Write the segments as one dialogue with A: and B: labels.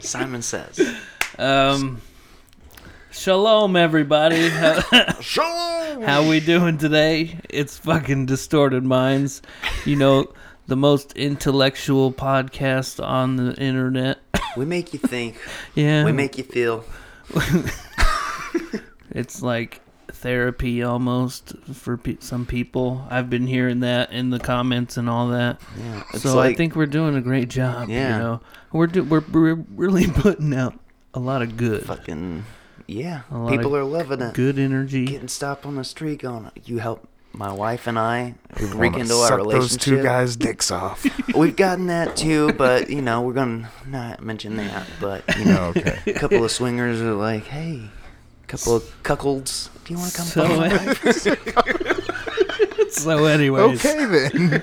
A: Simon says.
B: Um, shalom, everybody. How,
A: Shalom!
B: how we doing today? It's fucking distorted minds. You know, the most intellectual podcast on the internet.
A: We make you think.
B: Yeah,
A: We make you feel.
B: it's like therapy almost for pe- some people. I've been hearing that in the comments and all that.
A: Yeah, it's
B: so
A: like,
B: I think we're doing a great job.
A: Yeah.
B: you know, we're do- we're we're really putting out a lot of good,
A: Fucking. Yeah.
B: lot
A: People
B: of
A: are loving it.
B: good energy.
A: Getting stopped on the street going, you help my wife and I
C: People wanna
A: rekindle our
C: suck those
A: relationship.
C: two guys' dicks off.
A: We've gotten that too, but, you know, we're going to not mention that. But, you know,
C: no, Oh, okay.
A: a couple of swingers are like, hey, couple of cuckolds, do you want to come
B: So- so, anyways,
C: Okay then.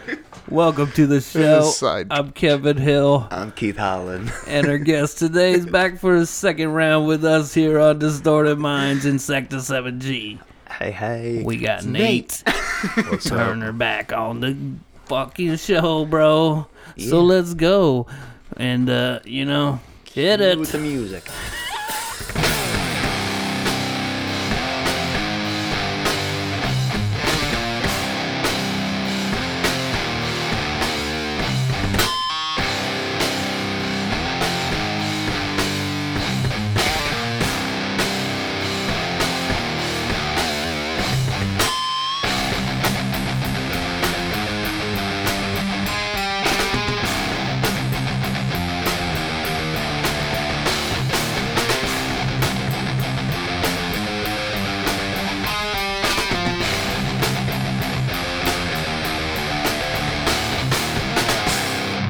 B: welcome to the show.
C: This is side-
B: I'm Kevin Hill,
A: I'm Keith Holland.
B: and our guest today is back for his second round with us here on Distorted Minds in Sector 7G.
A: hey, hey.
B: We got Nate
A: Nate.
C: What's up?
B: Turner back on the fucking show, bro.
A: Yeah.
B: So let's go. And, uh, you know, hit it.
A: with the music.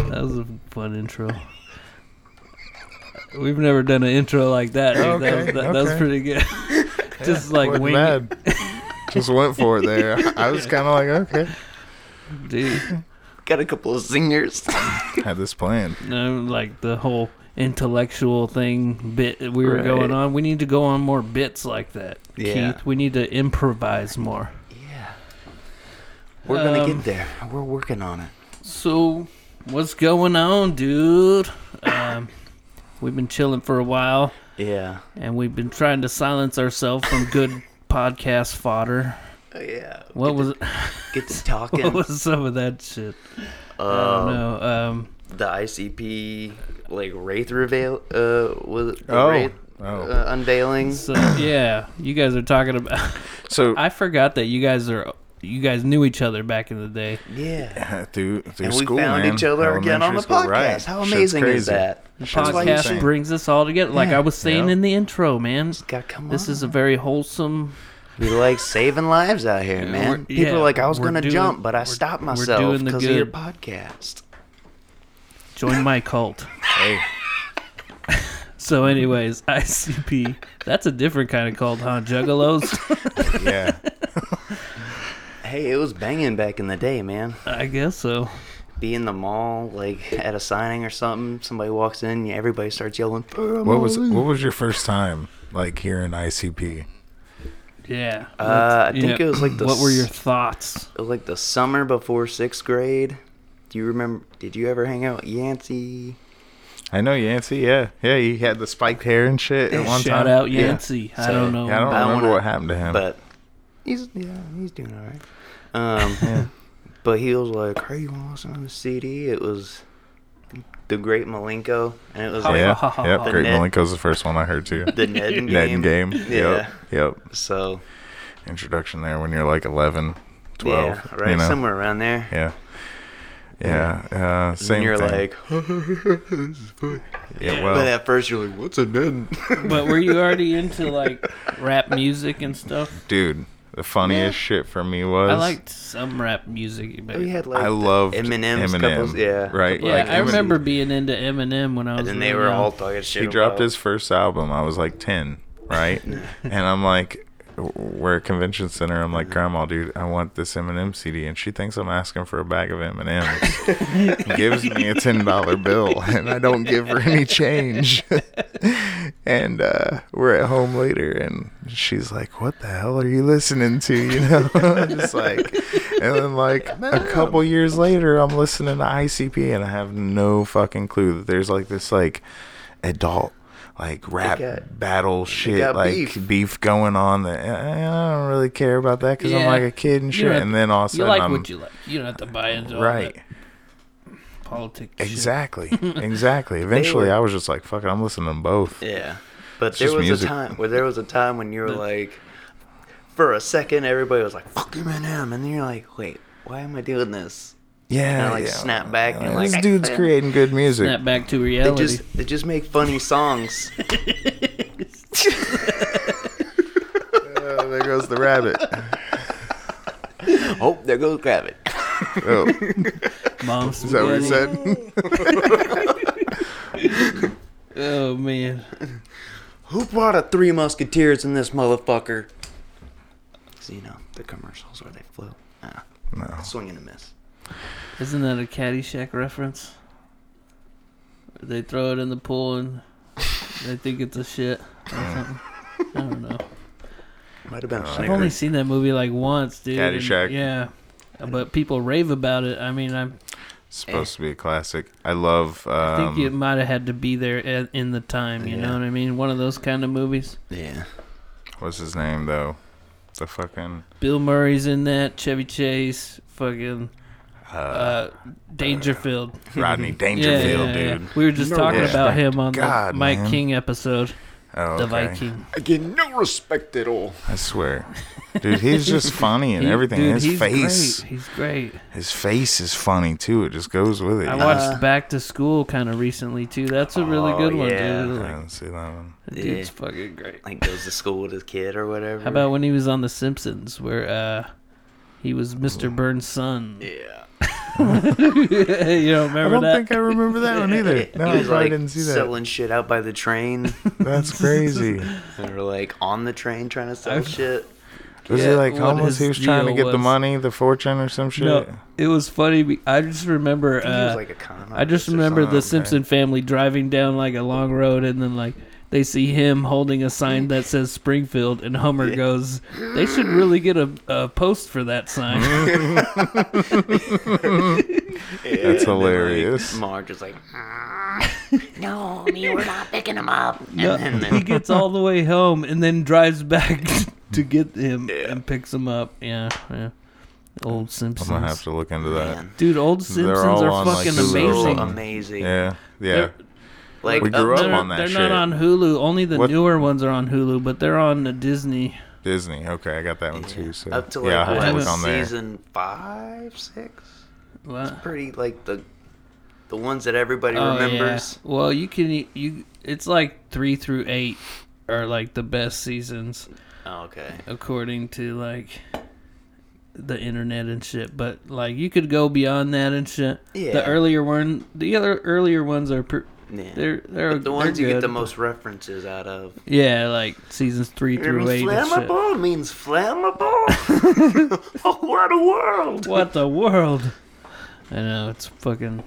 B: That was a fun intro. We've never done an intro like that. dude. that, was,
C: Okay,
B: that, that was
C: okay.
B: pretty good. Just like
C: Wasn't
B: wing it,
C: bad. Just went for it there. I was kind of like, okay,
B: dude.
A: Got a couple of singers.
C: had this plan.
B: No, like the whole intellectual thing bit that we were
A: Right.
B: going on. We need to go on more bits like that,
A: Yeah.
B: Keith. We need to improvise more.
A: yeah. We're gonna
B: Um,
A: get there. We're working on it.
B: So, what's going on, dude? Um, we've been chilling for a while,
A: Yeah.
B: and we've been trying to silence ourselves from good podcast fodder.
A: Oh, Yeah.
B: What
A: get
B: was
A: to, get to talking?
B: What was some of that shit? I don't
A: Um,
B: know. Um,
A: the ICP like wraith reveal? Uh, was it the
C: Oh.
A: wraith
C: Oh.
A: uh, unveiling?
B: so yeah, you guys are talking about.
C: So
B: I forgot that you guys are. You guys knew each other back in the day.
A: Yeah.
C: through through
A: And we
C: school,
A: found
C: man.
A: each other again on the
C: Elementary school,
A: podcast.
C: right.
A: How
C: Shit's
A: amazing is
C: crazy.
A: that?
B: The
C: That's why you
B: podcast
C: sing.
B: brings us all together. Like
C: Yeah,
B: I was saying
C: yeah.
B: in the intro, man.
A: God, come
B: This
A: on.
B: is a very wholesome.
A: We like saving lives out here, man.
B: we're-
A: People
B: yeah,
A: are like, I was
B: we're
A: gonna
B: doing-
A: jump, but I
B: we're-
A: stopped
B: we're
A: myself
B: doing the
A: because of your
B: good.
A: podcast.
B: Join my cult.
C: Hey,
B: So, anyways, ICP. That's a different kind of cult, huh? Juggalos.
C: yeah.
A: Hey, it was banging back in the day, man.
B: I guess so.
A: Be in the mall, like at a signing or something. Somebody walks in, yeah, everybody starts yelling.
C: What was what was your first time like hearing ICP?
B: Yeah.
A: Uh, I
B: Yeah.
A: think it was like the
B: What were your
A: s-
B: thoughts?
A: It was like the summer before sixth grade. Do you remember? Did you ever hang out with Yancey?
C: I know Yancey. Yeah, yeah. He had the spiked hair and shit at one
B: Shout
C: time.
B: out
A: Yeah.
B: Yancey. I
A: So-
B: don't know.
C: Yeah, I don't
A: I
C: remember
A: wanna-
C: what happened to him.
A: But he's yeah, he's doing all right. Um,
C: Yeah.
A: but he was like, "Hey, you want to listen to the CD?" It was the Great Malenko, and it was like
C: Oh, yeah, yep.
B: The
C: Great
A: net-
C: Malenko's the first one I heard too.
A: the Ned and
C: Ned and game.
A: Yeah.
C: Yep. Yep.
A: So
C: Introduction there when you're like 11, 12.
A: yeah, right
C: you know?
A: somewhere around there.
C: Yeah. Yeah. Uh, same
A: and you're
C: thing.
A: like,
C: yeah,
A: but
C: well,
A: at first you're like, "What's a Ned?"
B: But were you already into like rap music and stuff?
C: dude, the funniest shit for me was
B: I liked some rap music. But
A: we
B: yeah,
A: had like
C: I loved
A: Eminem's
C: Eminem.
A: couples, yeah,
C: Right.
A: Yeah,
C: like,
B: I
C: Eminem-
B: remember being into Eminem when I was.
A: and then they
B: real
A: were
B: young.
A: all talking shit.
C: He dropped
A: about-
C: his first album. I was like 10, right? and I'm like, we're at a convention center. I'm like, Grandma, dude, I want this Eminem CD, and she thinks I'm asking for a bag of M and M's. Gives me a ten dollar bill, and I don't give her any change. and uh, we're at home later, and she's like, "What the hell are you listening to?" You know, I'm just like, and then like a couple years later, I'm listening to ICP, and I have no fucking clue that there's like this like adult like rap
A: got-
C: battle shit
A: got
C: like
A: beef.
C: beef. going on that eh, I I don't really care about that because I'm
B: Yeah.
C: like a kid and
B: You
C: shit
B: don't have
C: and then all of
B: You
C: a sudden
B: like
C: I'm
B: what you like. You don't have to buy into all
C: right
B: that politics. shit.
C: exactly exactly eventually
A: were-
C: I was just like fuck it I'm listening to both
A: Yeah, but
C: It's
A: there
C: just
A: was
C: music.
A: a time where there was a time when you were like, for a second, everybody was like, "Fuck Eminem," and then you're like, "Wait, why am I doing this?"
C: yeah
A: like,
C: yeah.
A: snap back and
C: Yeah,
A: like-
C: this dude's creating good music
B: Snap back to
A: They
B: reality.
A: just they just make funny songs.
C: Oh, there goes the rabbit
A: oh, there goes grab it.
C: oh is
B: Mom
C: that
B: spaghetti.
C: what he said
B: Oh man.
A: Who brought a Three Musketeers in this motherfucker? So you know the commercials where they flew. Ah,
C: no
A: swing and a miss.
B: Isn't that a Caddyshack reference? They throw it in the pool and they think it's a shit. Or something. I don't know.
A: Might have been. a
B: I've
A: Snickers.
B: only seen that movie like once, dude. and-
C: Caddyshack.
B: Yeah. But people rave about it. I mean, I'm,
C: supposed to be a classic I love
B: I
C: um,
B: think it might have had to be there at, in the time. You know
A: Yeah.
B: what I mean? One of those kind of movies.
A: Yeah.
C: what's his name though the fucking
B: Bill Murray's in that. Chevy Chase. Fucking uh, Dangerfield.
C: Rodney
B: Yeah, yeah,
C: Dangerfield
B: yeah.
C: dude
B: We were just
A: No
B: talking
C: respect.
B: about him on
C: God,
B: the Mike
C: man.
B: King episode,
C: oh
B: The
C: okay.
B: Viking.
A: I get no respect at all.
C: I swear. Dude, he's just funny and
B: He-
C: everything.
B: dude,
C: his
B: he's
C: face,
B: Great. He's great.
C: his face is funny too. It just goes with it.
B: I
C: you
B: watched
C: know?
B: Back to School kind of recently too. That's a really
A: Oh,
B: good one,
A: yeah.
B: dude.
C: I
B: Like,
C: didn't see that one.
B: that
A: Yeah.
B: Dude's fucking great.
A: Like goes to school with his kid or whatever.
B: How about when he was on The Simpsons, where uh, he was Mr. Burns' son?
A: Yeah.
B: you don't
C: I
B: remember
C: don't
B: that?
C: think I remember that one either. No, I
A: he was
C: probably
A: like
C: didn't see that.
A: selling shit out by the train.
C: That's crazy.
A: they were like on the train trying to sell
B: I've-
A: shit.
C: Was
B: Yeah,
C: he like
B: what
C: homeless? He
B: his
C: was trying to
B: deal
C: get the
B: was.
C: money, the fortune, or some shit.
B: no, it was funny. be- I just remember.
A: I think he was
B: uh,
A: like a con
B: I
A: artist
B: just
A: or
B: remember the
C: something.
B: Simpson family driving down like a long road, and then like they see him holding a sign that says Springfield, and Homer goes, "They should really get a, a post for that sign."
A: something. Yeah,
C: That's
A: and then, like,
C: hilarious.
A: Marge is like, "Ah,
D: No, you were not picking him up.
B: No,
A: and
B: he
A: then
B: gets all the way home, and then drives back to get him and picks him up. Yeah, yeah. Old
C: I'm
B: Simpsons,
C: gonna have to look into that.
A: man,
B: dude. Old Simpsons
C: all
B: are
C: on, like,
B: fucking
C: Hulu.
B: amazing.
A: so amazing.
C: Yeah, yeah.
B: They're-
A: Like
C: We grew up
B: they're
C: on that
B: they're
C: shit.
B: not on Hulu. Only the
C: What-
B: newer ones are on Hulu, but they're on the Disney.
C: Disney. Okay, I got that one too. So
A: up to like
C: yeah, I have to
A: what,
C: look on there.
A: season five, six.
B: What?
A: Pretty like the the ones that everybody
B: Oh, yeah.
A: remembers.
B: Well, you can e- you it's like three through eight are like the best seasons
A: Oh, okay.
B: according to like the internet and shit. But like you could go beyond that and shit.
A: Yeah.
B: The earlier one, the other earlier ones are pr-
A: Yeah.
B: they're they're
A: the ones
B: they're
A: you get the
B: good.
A: most references out of.
B: Yeah, like seasons three through eight. And shit.
A: Flammable means flammable. oh, what a world!
B: What the world? I know it's fucking.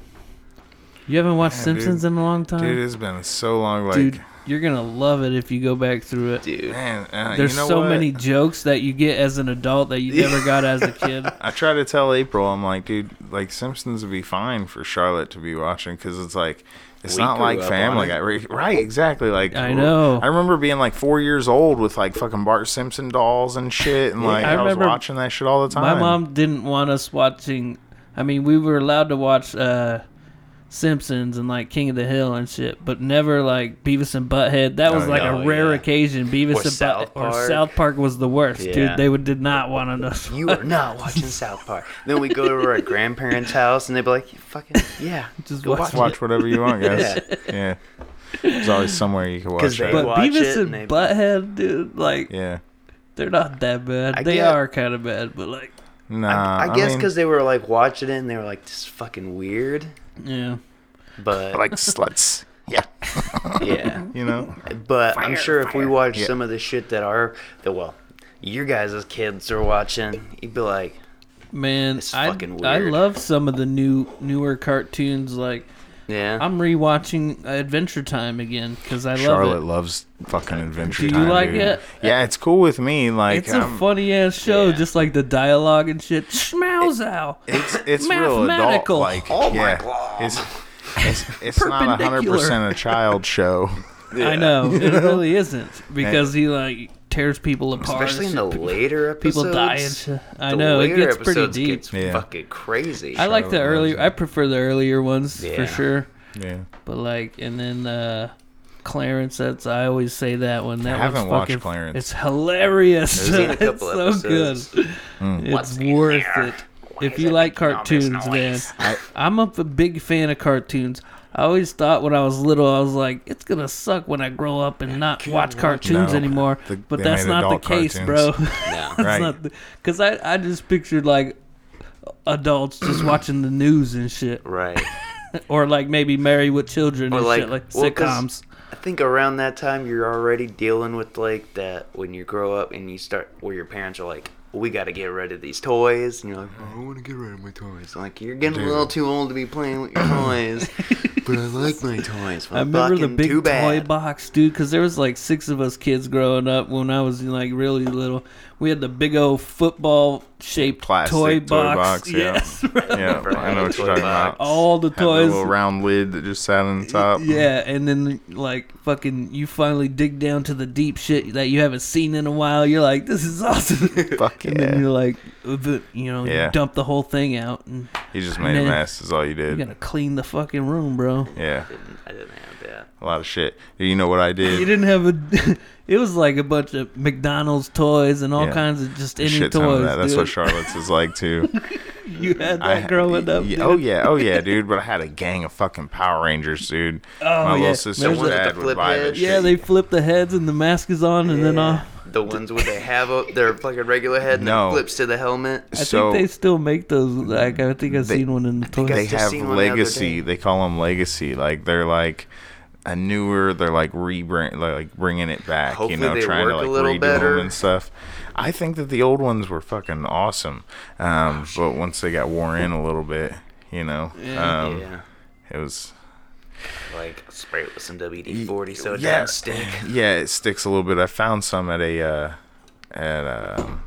B: You haven't watched
C: Yeah, dude.
B: Simpsons in a long time,
C: Dude, it's been so long. Like,
B: Dude, You're gonna love it if you go back through it.
A: Dude,
C: man, uh,
B: There's
C: you know
B: so
C: what?
B: many jokes that you get as an adult that you never got as a kid.
C: I try to tell April, I'm like, dude, like Simpsons would be fine for Charlotte to be watching because it's like, it's
A: We
C: not
A: grew
C: like
A: up on
C: Family
A: it.
C: Guy, right? right, Exactly. Like
B: I know.
C: I remember being like four years old with like fucking Bart Simpson dolls and shit, and like
B: I
C: I, was
B: remember
C: watching that shit all the time.
B: My mom didn't want us watching. I mean, we were allowed to watch uh, Simpsons and like King of the Hill and shit, but never like Beavis and Butthead. That was
C: Oh,
B: like
A: no,
B: a rare
A: yeah.
B: occasion. Beavis
A: Or
B: and
A: South
B: Butt- or
A: Park.
B: South Park was the worst,
A: Yeah.
B: dude. They would, did not want us.
A: you are not watching South Park. Then we go to our grandparents' house and they'd be like, "You fucking yeah,
B: Just
A: go
B: watch
A: watch,
C: watch whatever you want, guys. yeah. There's always somewhere you can watch
A: 'Cause
C: that.
A: they-
B: But
A: watch
B: Beavis
A: it and
B: and
A: they-
B: Butthead, dude, like
C: yeah.
B: they're not that bad.
A: I
B: they
A: get-
B: are kind of bad, but like,
C: Nah.
B: Uh,
A: I, I guess
C: mean,
A: because they were like watching it and they were like, "This is fucking weird,"
B: yeah.
A: but
C: like sluts. Yeah.
A: yeah.
C: You know.
A: But I'm sure if we watch
C: Yeah.
A: some of the shit that our, that, well, your guys' kids are watching, you'd be like,
B: Man,
A: It's
B: I
A: fucking
B: I
A: weird.
B: love some of the new newer cartoons. Like
A: yeah.
B: I'm rewatching Adventure Time again because I
C: Charlotte
B: love
C: loves fucking Adventure
B: Do you
C: Time.
B: like
C: dude.
B: it?
C: Yeah, it's cool with me.
B: it.
C: Like
B: It's a
C: I'm-
B: funny ass show,
A: yeah.
B: just like the dialogue and shit. Schmauzow.
C: it's it's real adult
B: Mathematical.
C: like.
A: Oh my
C: yeah,
A: God.
C: it's it's, it's not hundred percent a child show.
B: I know it uh, really isn't because he like tears people apart.
A: Especially in
B: and
A: the
B: shit.
A: later episodes.
B: people die and shit. I
A: The
B: know it
A: later
B: gets pretty
A: episodes
B: deep.
A: Gets
C: Yeah.
A: fucking crazy.
B: I like the
C: Charlotte
B: earlier.
C: loves
B: I prefer the earlier ones
A: Yeah.
B: for sure.
C: Yeah,
B: But like, and then uh Clarence. That's I always say that one. That
C: I haven't
B: one's
C: watched
B: fucking,
C: Clarence.
B: It's hilarious.
A: I've seen a
B: it's
A: couple
B: so
A: episodes.
B: good.
C: Hmm.
B: It's worth it. If you like cartoons, man,
C: I-
B: I'm a f- big fan of cartoons. I always thought when I was little, I was like, it's gonna suck when I grow up and not watch cartoons
C: No.
B: anymore.
C: The-
B: but
C: they
B: that's
C: made
B: not the
C: adult
B: case,
C: cartoons.
B: bro.
C: Right.
B: Because I, I just pictured like adults just watching the news and shit,
A: right.
B: or like maybe Married with Children
A: Or
B: and
A: like,
B: shit, like
A: well, 'cause
B: sitcoms.
A: I think around that time you're already dealing with like that when you grow up and you start where your parents are like, we got to get rid of these toys, and you're like, I want to get rid of my toys. Like you're getting a little too old to be playing with your toys, but I like my toys.
B: I remember the big
A: too
B: toy
A: bad.
B: box, dude, because there was like six of us kids growing up when I was like really little. We had the big old football shaped
C: Plastic
B: toy
C: toy
B: box.
C: box, yeah.
B: Yes, bro.
C: yeah, I know what
A: Toy
C: you're talking
A: box.
C: about.
B: all the
C: Had the
B: toys.
C: little round lid that just sat on top.
B: Yeah, and then like fucking, you finally dig down to the deep shit that you haven't seen in a while. You're like, this is awesome.
C: Fuck
B: And then
C: yeah.
B: you're like, uh, the- you know,
C: Yeah.
B: you dump the whole thing out and
C: You just made a
B: Man.
C: mess. Is all you
B: you
C: did.
B: gotta clean the fucking room, bro.
C: yeah,
A: I didn't have that.
C: a lot of shit. You know what I
B: You
C: did?
B: didn't have a. It was like a bunch of McDonald's toys and all
C: Yeah.
B: kinds of just any
C: shit ton
B: toys.
C: of that. That's
B: dude.
C: what Charlotte's is like too.
B: you had that
C: I-
B: growing up.
C: yeah,
B: dude.
C: oh yeah, oh yeah, dude. But I had a gang of fucking Power Rangers, dude.
B: Oh,
C: My
B: yeah.
C: little sister's
B: Those are the
C: dad would
A: flip
C: buy this
A: heads.
B: Yeah,
C: shit.
B: they flip the heads and the mask is on, and then off.
A: The ones where they have up their fucking regular head and
C: No.
A: then flips to the helmet.
B: I
C: so
B: think they still make those. Like I think I've
C: They-
B: seen one in the toy.
C: they
A: just
C: have
A: seen one the other
C: legacy.
A: day.
C: They call them legacy. Like they're like a newer. They're like rebrand, like bringing it back.
A: Hopefully
C: you know,
A: they
C: trying to
A: work a
C: like
A: little
C: redo
A: better.
C: them and stuff. I think that the old ones were fucking awesome,
A: Oh,
C: um, but once they got worn in a little bit, you know, um,
A: yeah.
C: it was
A: Like spray it with some WD forty so it
C: yeah.
A: doesn't stick.
C: yeah, it sticks a little bit. I found some at a uh, at a,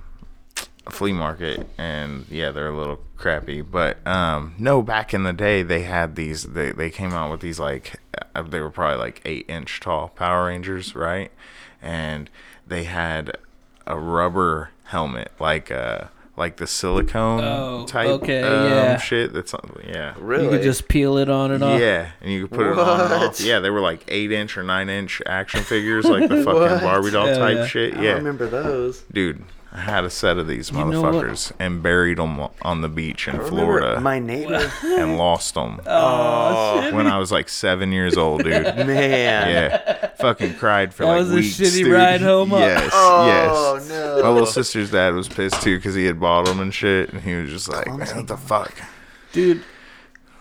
C: a flea market, and yeah, they're a little crappy. But um, no, back in the day, they had these. They they came out with these like uh, they were probably like eight inch tall Power Rangers, right? And they had a rubber helmet, like uh like the silicone
B: Oh,
C: type
B: okay,
C: um,
B: yeah.
C: shit. That's on- yeah.
A: Really?
B: You could just peel it on and off.
C: Yeah, and you could put it on and off.
A: What?
C: Yeah, they were like eight inch or nine inch action figures, like the fucking Barbie doll
B: Hell
C: type
B: yeah.
C: shit.
A: I
C: Yeah,
A: don't remember those.
C: dude, I had a set of these
B: know what?
C: motherfuckers and buried them on the beach in
A: I remember
C: Florida
A: My neighbor.
C: and lost them
B: Oh.
C: when I was like seven years old, dude.
A: Man.
C: Yeah, fucking cried for
B: That
C: like
B: was a
C: weeks.
B: shitty
C: dude.
B: ride home up.
C: Yes,
A: Oh
C: yes.
A: no.
C: My little sister's dad was pissed too because he had bought them and shit, and he was just like, "Man, what the fuck?"
B: Dude,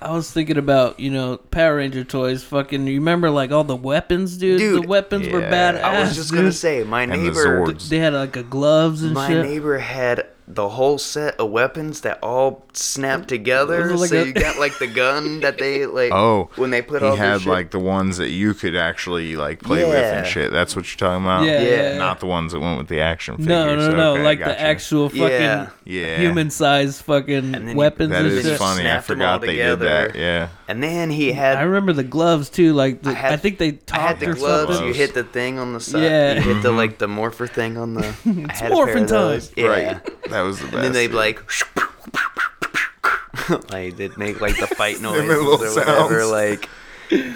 B: I was thinking about, you know, Power Ranger toys. Fucking, you remember, like, all the weapons, dude?
A: Dude,
B: the weapons were
C: yeah.
B: badass.
A: I was just gonna
B: dude.
A: say, my
C: And the
A: neighbor,
C: Zords.
B: They had, like, a gloves and
A: my
B: shit.
A: neighbor had the whole set of weapons that all snapped together.
B: Was it like
A: so
B: a-
A: you got like the gun that they like.
C: Oh,
A: when they put
C: he
A: all
C: had
A: this
C: like the ones that you could actually like play with and
A: Yeah.
C: shit. That's what you're talking about.
B: Yeah,
A: Yeah. yeah, yeah.
C: not the ones that went with the action figures.
B: no, no, no.
C: Okay,
B: like, the
C: gotcha.
B: actual fucking
A: Yeah.
C: Yeah.
B: human-sized
A: then
B: fucking
A: you-
B: weapons
C: That
B: and
C: is
B: shit.
A: just
C: funny. I
A: snapped 'em all
C: forgot they did that.
A: together.
C: Yeah,
A: and then he
B: I
A: had.
B: remember the gloves, too. Like, the, I,
A: had-
B: think they
A: I
B: talked
A: had the
B: or
A: gloves.
B: something.
A: You hit the thing on the side.
B: Yeah.
A: You hit
C: Mm-hmm.
A: the like the morpher thing on the. I had a pair
B: morphin'
A: of those.
B: time.
A: Yeah.
C: right. That was the best.
A: And then they'd
C: dude.
A: be like. like they'd make like the fight noises
C: little
A: or whatever.
C: sounds.
A: Like,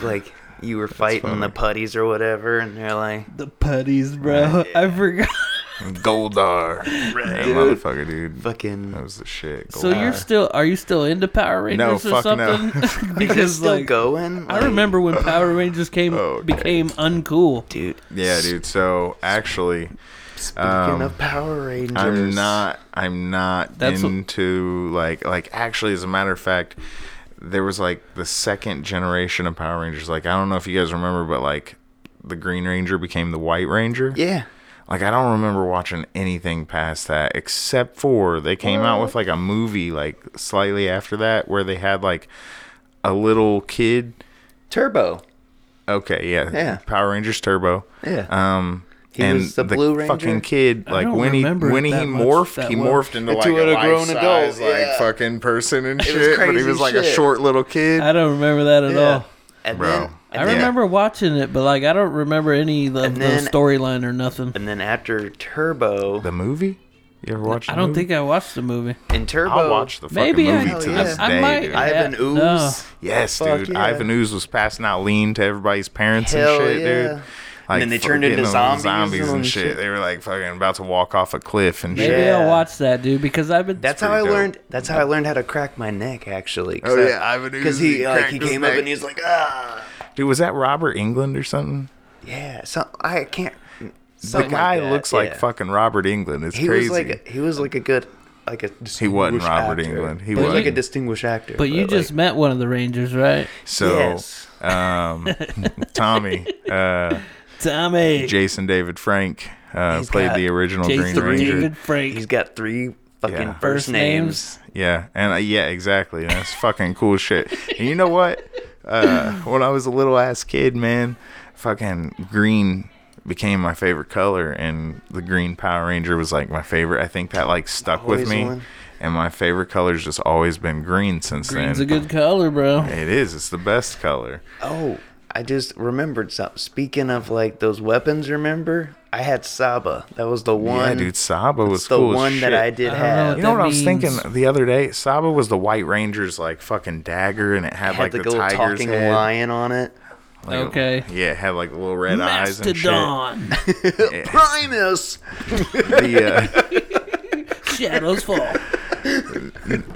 A: like you were fighting the putties or whatever, and they're like.
B: The putties, bro. I forgot.
C: Goldar. That motherfucker, dude.
A: fucking
C: That was the shit.
B: So you're still? Are you still into Power
C: No,
B: Rangers or
C: fuck no.
B: something?
A: Is it still
B: like,
A: going?
B: I remember when Power Rangers came
C: Okay.
B: became uncool.
A: dude.
C: Yeah, dude. So actually,
A: Speaking of Power Rangers,
C: I'm not. I'm not
B: That's what-
C: into like like. Actually, as a matter of fact, there was like the second generation of Power Rangers. Like I don't know if you guys remember, but like the Green Ranger became the White Ranger.
A: Yeah,
C: Like I don't remember watching anything past that except for they came out with like a movie like slightly after that where they had like a little kid.
A: Turbo.
C: Okay, yeah,
A: Yeah.
C: Power Rangers Turbo.
A: Yeah.
C: Um,
A: He
C: and
A: was the Blue Ranger?
C: fucking kid,
B: I
C: like
B: don't
C: when he
B: remember it
C: when he
B: that much-
C: morphed,
B: that
C: he
B: well.
C: morphed into like a,
A: Into a grown
C: grown adult,
A: adult,
C: like
A: yeah.
C: fucking person and
A: was
C: shit. But he
A: crazy
C: was like a
A: shit.
C: short little kid.
B: I don't remember that at all.
A: And
C: Bro.
A: Then,
B: I
A: and, then,
B: remember watching it, but like I don't remember any of the, the
A: then-
B: storyline or nothing.
A: and then after Turbo,
C: the movie? You ever watched?
B: I
C: the
B: don't
C: movie?
B: think I watched the movie.
A: in Turbo,
C: I'll watch the fucking
B: Maybe I-
C: movie to
A: Hell
C: this
A: yeah. I
C: day.
B: might-
C: dude.
A: I have an ooze.
B: No.
C: yes,
A: Fuck
C: dude.
A: yeah.
C: Ivan Ooze was passing out lean to everybody's parents
A: Hell
C: and shit,
A: yeah.
C: dude.
A: And
C: Like,
A: then they
C: fuck,
A: turned into
C: getting them
A: zombies
C: zombies
A: and
C: and shit.
A: shit.
C: They were like fucking about to walk off a cliff and shit.
B: Maybe
A: Yeah.
B: I'll watch that, dude, because I've been.
A: That's how
C: It's
A: I
C: pretty dope.
A: learned. That's how I learned how to crack my neck, actually.
C: Oh,
A: I-
C: yeah, Ivan
A: Because
C: Ooze,
A: he
C: he
A: like
C: cracked
A: he
C: his
A: came up
C: neck.
A: and he was like, ah,
C: Dude, was that Robert England or something?
A: yeah. So I can't.
C: The
A: something
C: guy
A: like that,
C: looks like
A: yeah.
C: fucking Robert England. It's
A: He
C: crazy.
A: was like a, he was like a good like a
C: he wasn't
A: distinguished
C: Robert
A: actor.
C: England. He
A: He was
C: was
A: like a distinguished actor.
B: but you just met one of the Rangers, right?
C: so.
A: Yes.
C: Um, Tommy, uh,
B: Tommy,
C: Jason David Frank uh,
A: He's
C: played
A: got
C: the original
B: Jason
C: Green Ranger.
B: David Frank.
A: like, he's got three fucking
C: Yeah.
A: first,
B: First
A: names.
C: Yeah, and uh, yeah, exactly. That's fucking cool shit. And you know what? Uh, when I was a little ass kid, man, fucking green became my favorite color, and the green Power Ranger was like my favorite. I think that like stuck with
A: Always
C: me,
A: one.
C: and my favorite color's just always been green since
B: Green's a
C: then.
B: good color, bro.
C: it is. It's the best color.
A: Oh, I just remembered something. Speaking of like those weapons, remember I had Saba. That was the one.
C: yeah, dude, Saba was
A: the
C: cool as
A: one that
C: shit.
A: I did
B: I don't know.
A: have.
C: You know
B: That
C: what I was
B: means-
C: thinking the other day? Saba was the White Ranger's like fucking dagger, and it had,
A: It
C: like
A: had
C: the,
A: the, little
C: tiger's
A: talking
C: head.
A: lion on it.
C: Like,
B: Okay.
C: Yeah, it had like little red eyes and shit.
B: Mastodon,
A: Primus.
C: the uh,
B: shadows fall.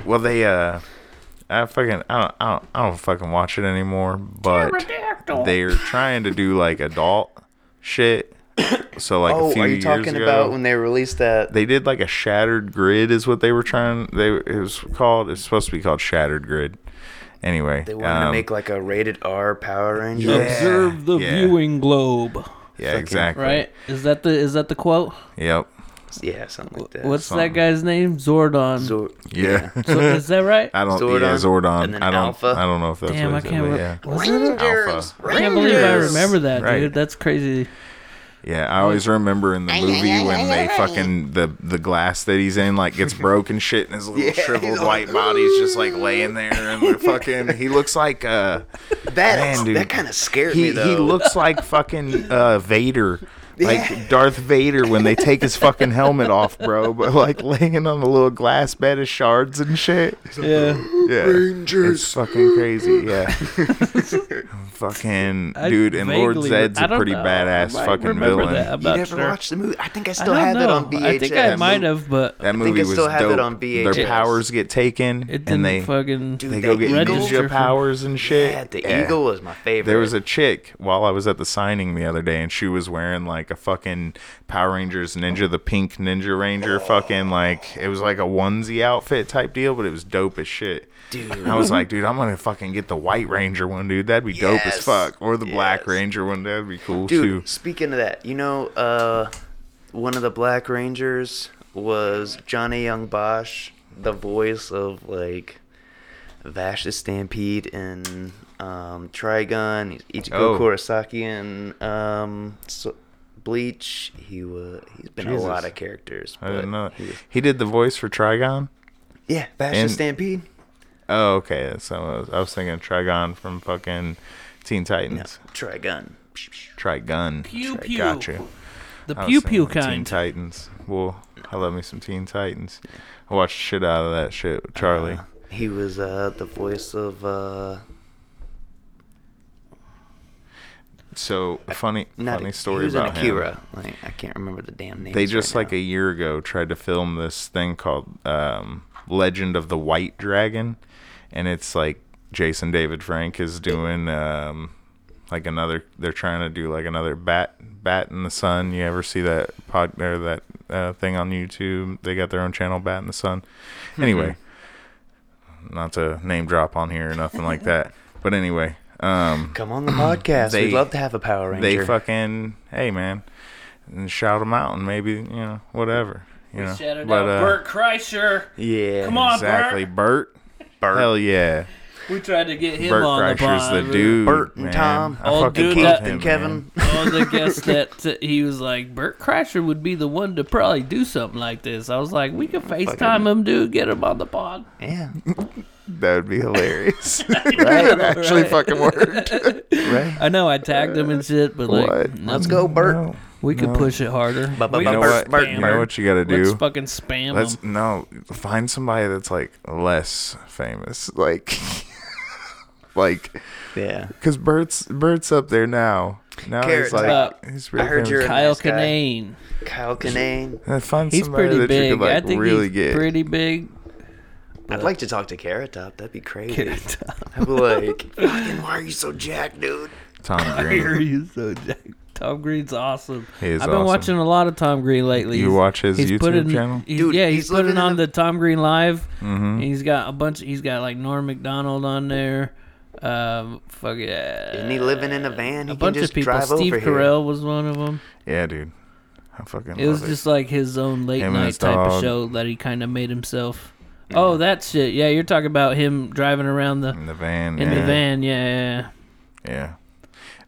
C: well they uh I fucking I don't, I don't I don't fucking watch it anymore, but they're trying to do like adult shit. So like a
A: Oh,
C: few
A: are you
C: years
A: talking
C: ago,
A: about when they released that?
C: they did like a shattered grid is what they were trying they it was called it's supposed to be called shattered grid. Anyway, um,
A: They wanted to make like a rated R Power Ranger.
C: Yeah.
B: Observe the
C: yeah.
B: viewing globe.
C: yeah, exactly.
B: Right? Is that the is that the quote?
C: Yep.
A: Yeah, something like that.
B: What's
C: something.
B: that guy's name? Zordon.
A: Zor-
C: Yeah.
B: So- is that right?
C: I don't
A: Zordon,
C: yeah, Zordon.
A: and then
C: I don't
A: Alpha.
C: I don't know if that's
B: Damn, I
C: what it is,
B: can't.
C: but
B: Re-
C: yeah.
B: was it a-
C: Alpha.
B: I can't believe I remember that,
C: Right.
B: dude. That's crazy.
C: Yeah, I always remember in the movie when they fucking the the glass that he's in like gets broke and shit, and his little shriveled white body's just like laying there, and they're fucking he looks like uh
A: That
C: Man, dude.
A: that kind of scared me
C: he
A: though.
C: he looks like fucking uh Vader. Like Darth Vader when they take his fucking helmet off, bro, but like laying on a little glass bed of shards and shit.
B: Yeah.
C: Yeah. It's fucking crazy. Yeah. fucking
B: I
C: dude, and Lord
B: vaguely-
C: Zed's
B: I
C: a
B: don't
C: pretty
B: know.
C: badass
B: I might
C: fucking
B: remember
C: villain.
B: That. I'm
A: you
B: not
A: never
B: sure.
A: watched the movie? I think I
B: I
A: still
B: don't
A: have that
B: know.
A: on VHS.
B: I think I might have, but
C: That
A: think
C: movie
A: I still
C: was
A: have it
C: dope.
A: on
C: Their
A: VHS.
C: powers get taken,
B: it didn't
C: and they
B: fucking.
A: Dude,
C: they go
A: that
C: get
A: eagle-
C: ninja powers and shit.
A: Yeah, the
C: Yeah.
A: eagle was my favorite.
C: There was a chick while I was at the signing the other day, and she was wearing like a fucking Power Rangers ninja, the pink Ninja Ranger, fucking like it was like a onesie outfit type deal, but it was dope as shit.
A: dude.
C: I was like, dude, I'm gonna fucking get the White Ranger one, dude. That'd be dope as
A: Yes.
C: fuck, or the Black
A: Yes.
C: Ranger one. That'd be cool
A: Dude,
C: too.
A: speaking of that, you know, uh, one of the Black Rangers was Johnny Young Bosch, the voice of like Vash the Stampede and um, Trigun. He's Ichigo
C: Oh.
A: Kurosaki and um, so- Bleach. He was he's been
C: Jesus.
A: a lot of characters.
C: I
A: but
C: didn't know.
A: he was-
C: He did the voice for Trigon.
A: yeah, Vash
C: And-
A: the Stampede.
C: Oh, okay. So I was, I was thinking Trigon from fucking Teen
A: No,
C: Titans.
A: Trigun.
C: Trigun.
B: Pew,
C: Tri-
B: pew.
C: Gotcha.
B: The
C: I was
B: pew pew
C: thinking Teen
B: kind.
C: Titans. Well, I love me some Teen Titans. I watched shit out of that shit with Charlie.
A: Uh, he was uh, the voice of uh,
C: so funny,
A: not
C: funny
A: Ak-
C: story
A: he was in
C: about him.
A: Akira. Like I can't remember the damn name.
C: They just like a year ago tried to film this thing called um, Legend of the White Dragon, and it's like Jason David Frank is doing um, like another. They're trying to do like another bat bat in the sun. You ever see that pod or that uh, thing on YouTube? They got their own channel, Bat in the Sun. Anyway, not to name drop on here or nothing like that. But anyway, um,
A: Come on the podcast.
C: They-
A: We'd love to have a Power Ranger.
C: they fucking hey man and shout them out and maybe you know whatever. You know,
B: Shout it
C: but
B: out,
C: uh,
B: Bert Kreischer.
A: Yeah.
B: Come on,
C: exactly, Bert.
A: Bert.
C: Hell yeah,
B: We tried to get him
C: Bert
B: on
C: Kreischer's
B: the
C: the,
B: pod.
C: dude.
A: Bert and
C: man.
A: Tom.
C: I
B: Old
C: fucking
B: dude
C: love
B: that-
A: And
C: him, man.
A: Kevin.
B: I was guessed that uh, he was like Bert Kreischer would be the one to probably do something like this. I was like, we could FaceTime him, dude. Get him on the pod.
A: Yeah.
C: That would be hilarious. that actually
B: Right.
C: fucking worked.
A: Right.
B: I know I tagged him and shit, but like,
C: Uh, What?
B: no,
A: Let's go, Bert.
C: No.
B: We could
C: No.
B: push it harder.
A: Ba- ba-
B: We
A: ba-
C: You know
B: could
A: Bert,
C: what?
A: Bert,
C: you
B: spam
C: know
B: him.
C: what you got to do?
B: Let's fucking spam
C: Let's
B: him.
C: no find somebody that's like less famous, like like
A: Yeah.
C: because Bert's Bert's up there now. Now
A: Carrot's
C: he's like
B: up.
C: he's really
A: I heard
C: famous.
A: you're a
B: Kyle
A: nice guy.
B: Kinane.
A: Kyle Kinane.
C: Uh, find
B: He's
C: somebody
B: pretty
C: that you
B: big.
C: could like
B: I think
C: really
B: he's
C: get.
B: pretty big.
A: I'd like to talk to Carrot Top. That'd be crazy.
B: Carrot
A: I'd be like, fucking, why are you so jacked, dude?
C: Tom
B: Here
C: Green.
B: he is, so jacked. Tom Green's awesome.
C: He is
B: I've been
C: awesome.
B: watching a lot of Tom Green lately.
C: You
B: He's-
C: watch his
B: he's
C: YouTube
B: putting-
C: channel? Mm-hmm.
B: he's-
A: Dude,
B: yeah,
A: he's
B: he's, putting
A: living
B: on
A: in
B: the Tom Green live. and He's got a bunch. He's got like Norm Macdonald on there. Um, fuck yeah.
A: Isn't he living in a van? He
B: Uh, a
A: can
B: bunch
A: just
B: of people.
A: drive
B: Steve
A: over
B: Carell was one of them.
C: Yeah, dude. I fucking
B: It was
C: love
B: just like his own late
C: Him and
B: night
C: his
B: type of
C: dog.
B: show that he kind of made himself. Oh, that shit. Yeah, you're talking about him driving around the
C: in the van.
B: in
C: yeah.
B: the van. Yeah, yeah,
C: Yeah.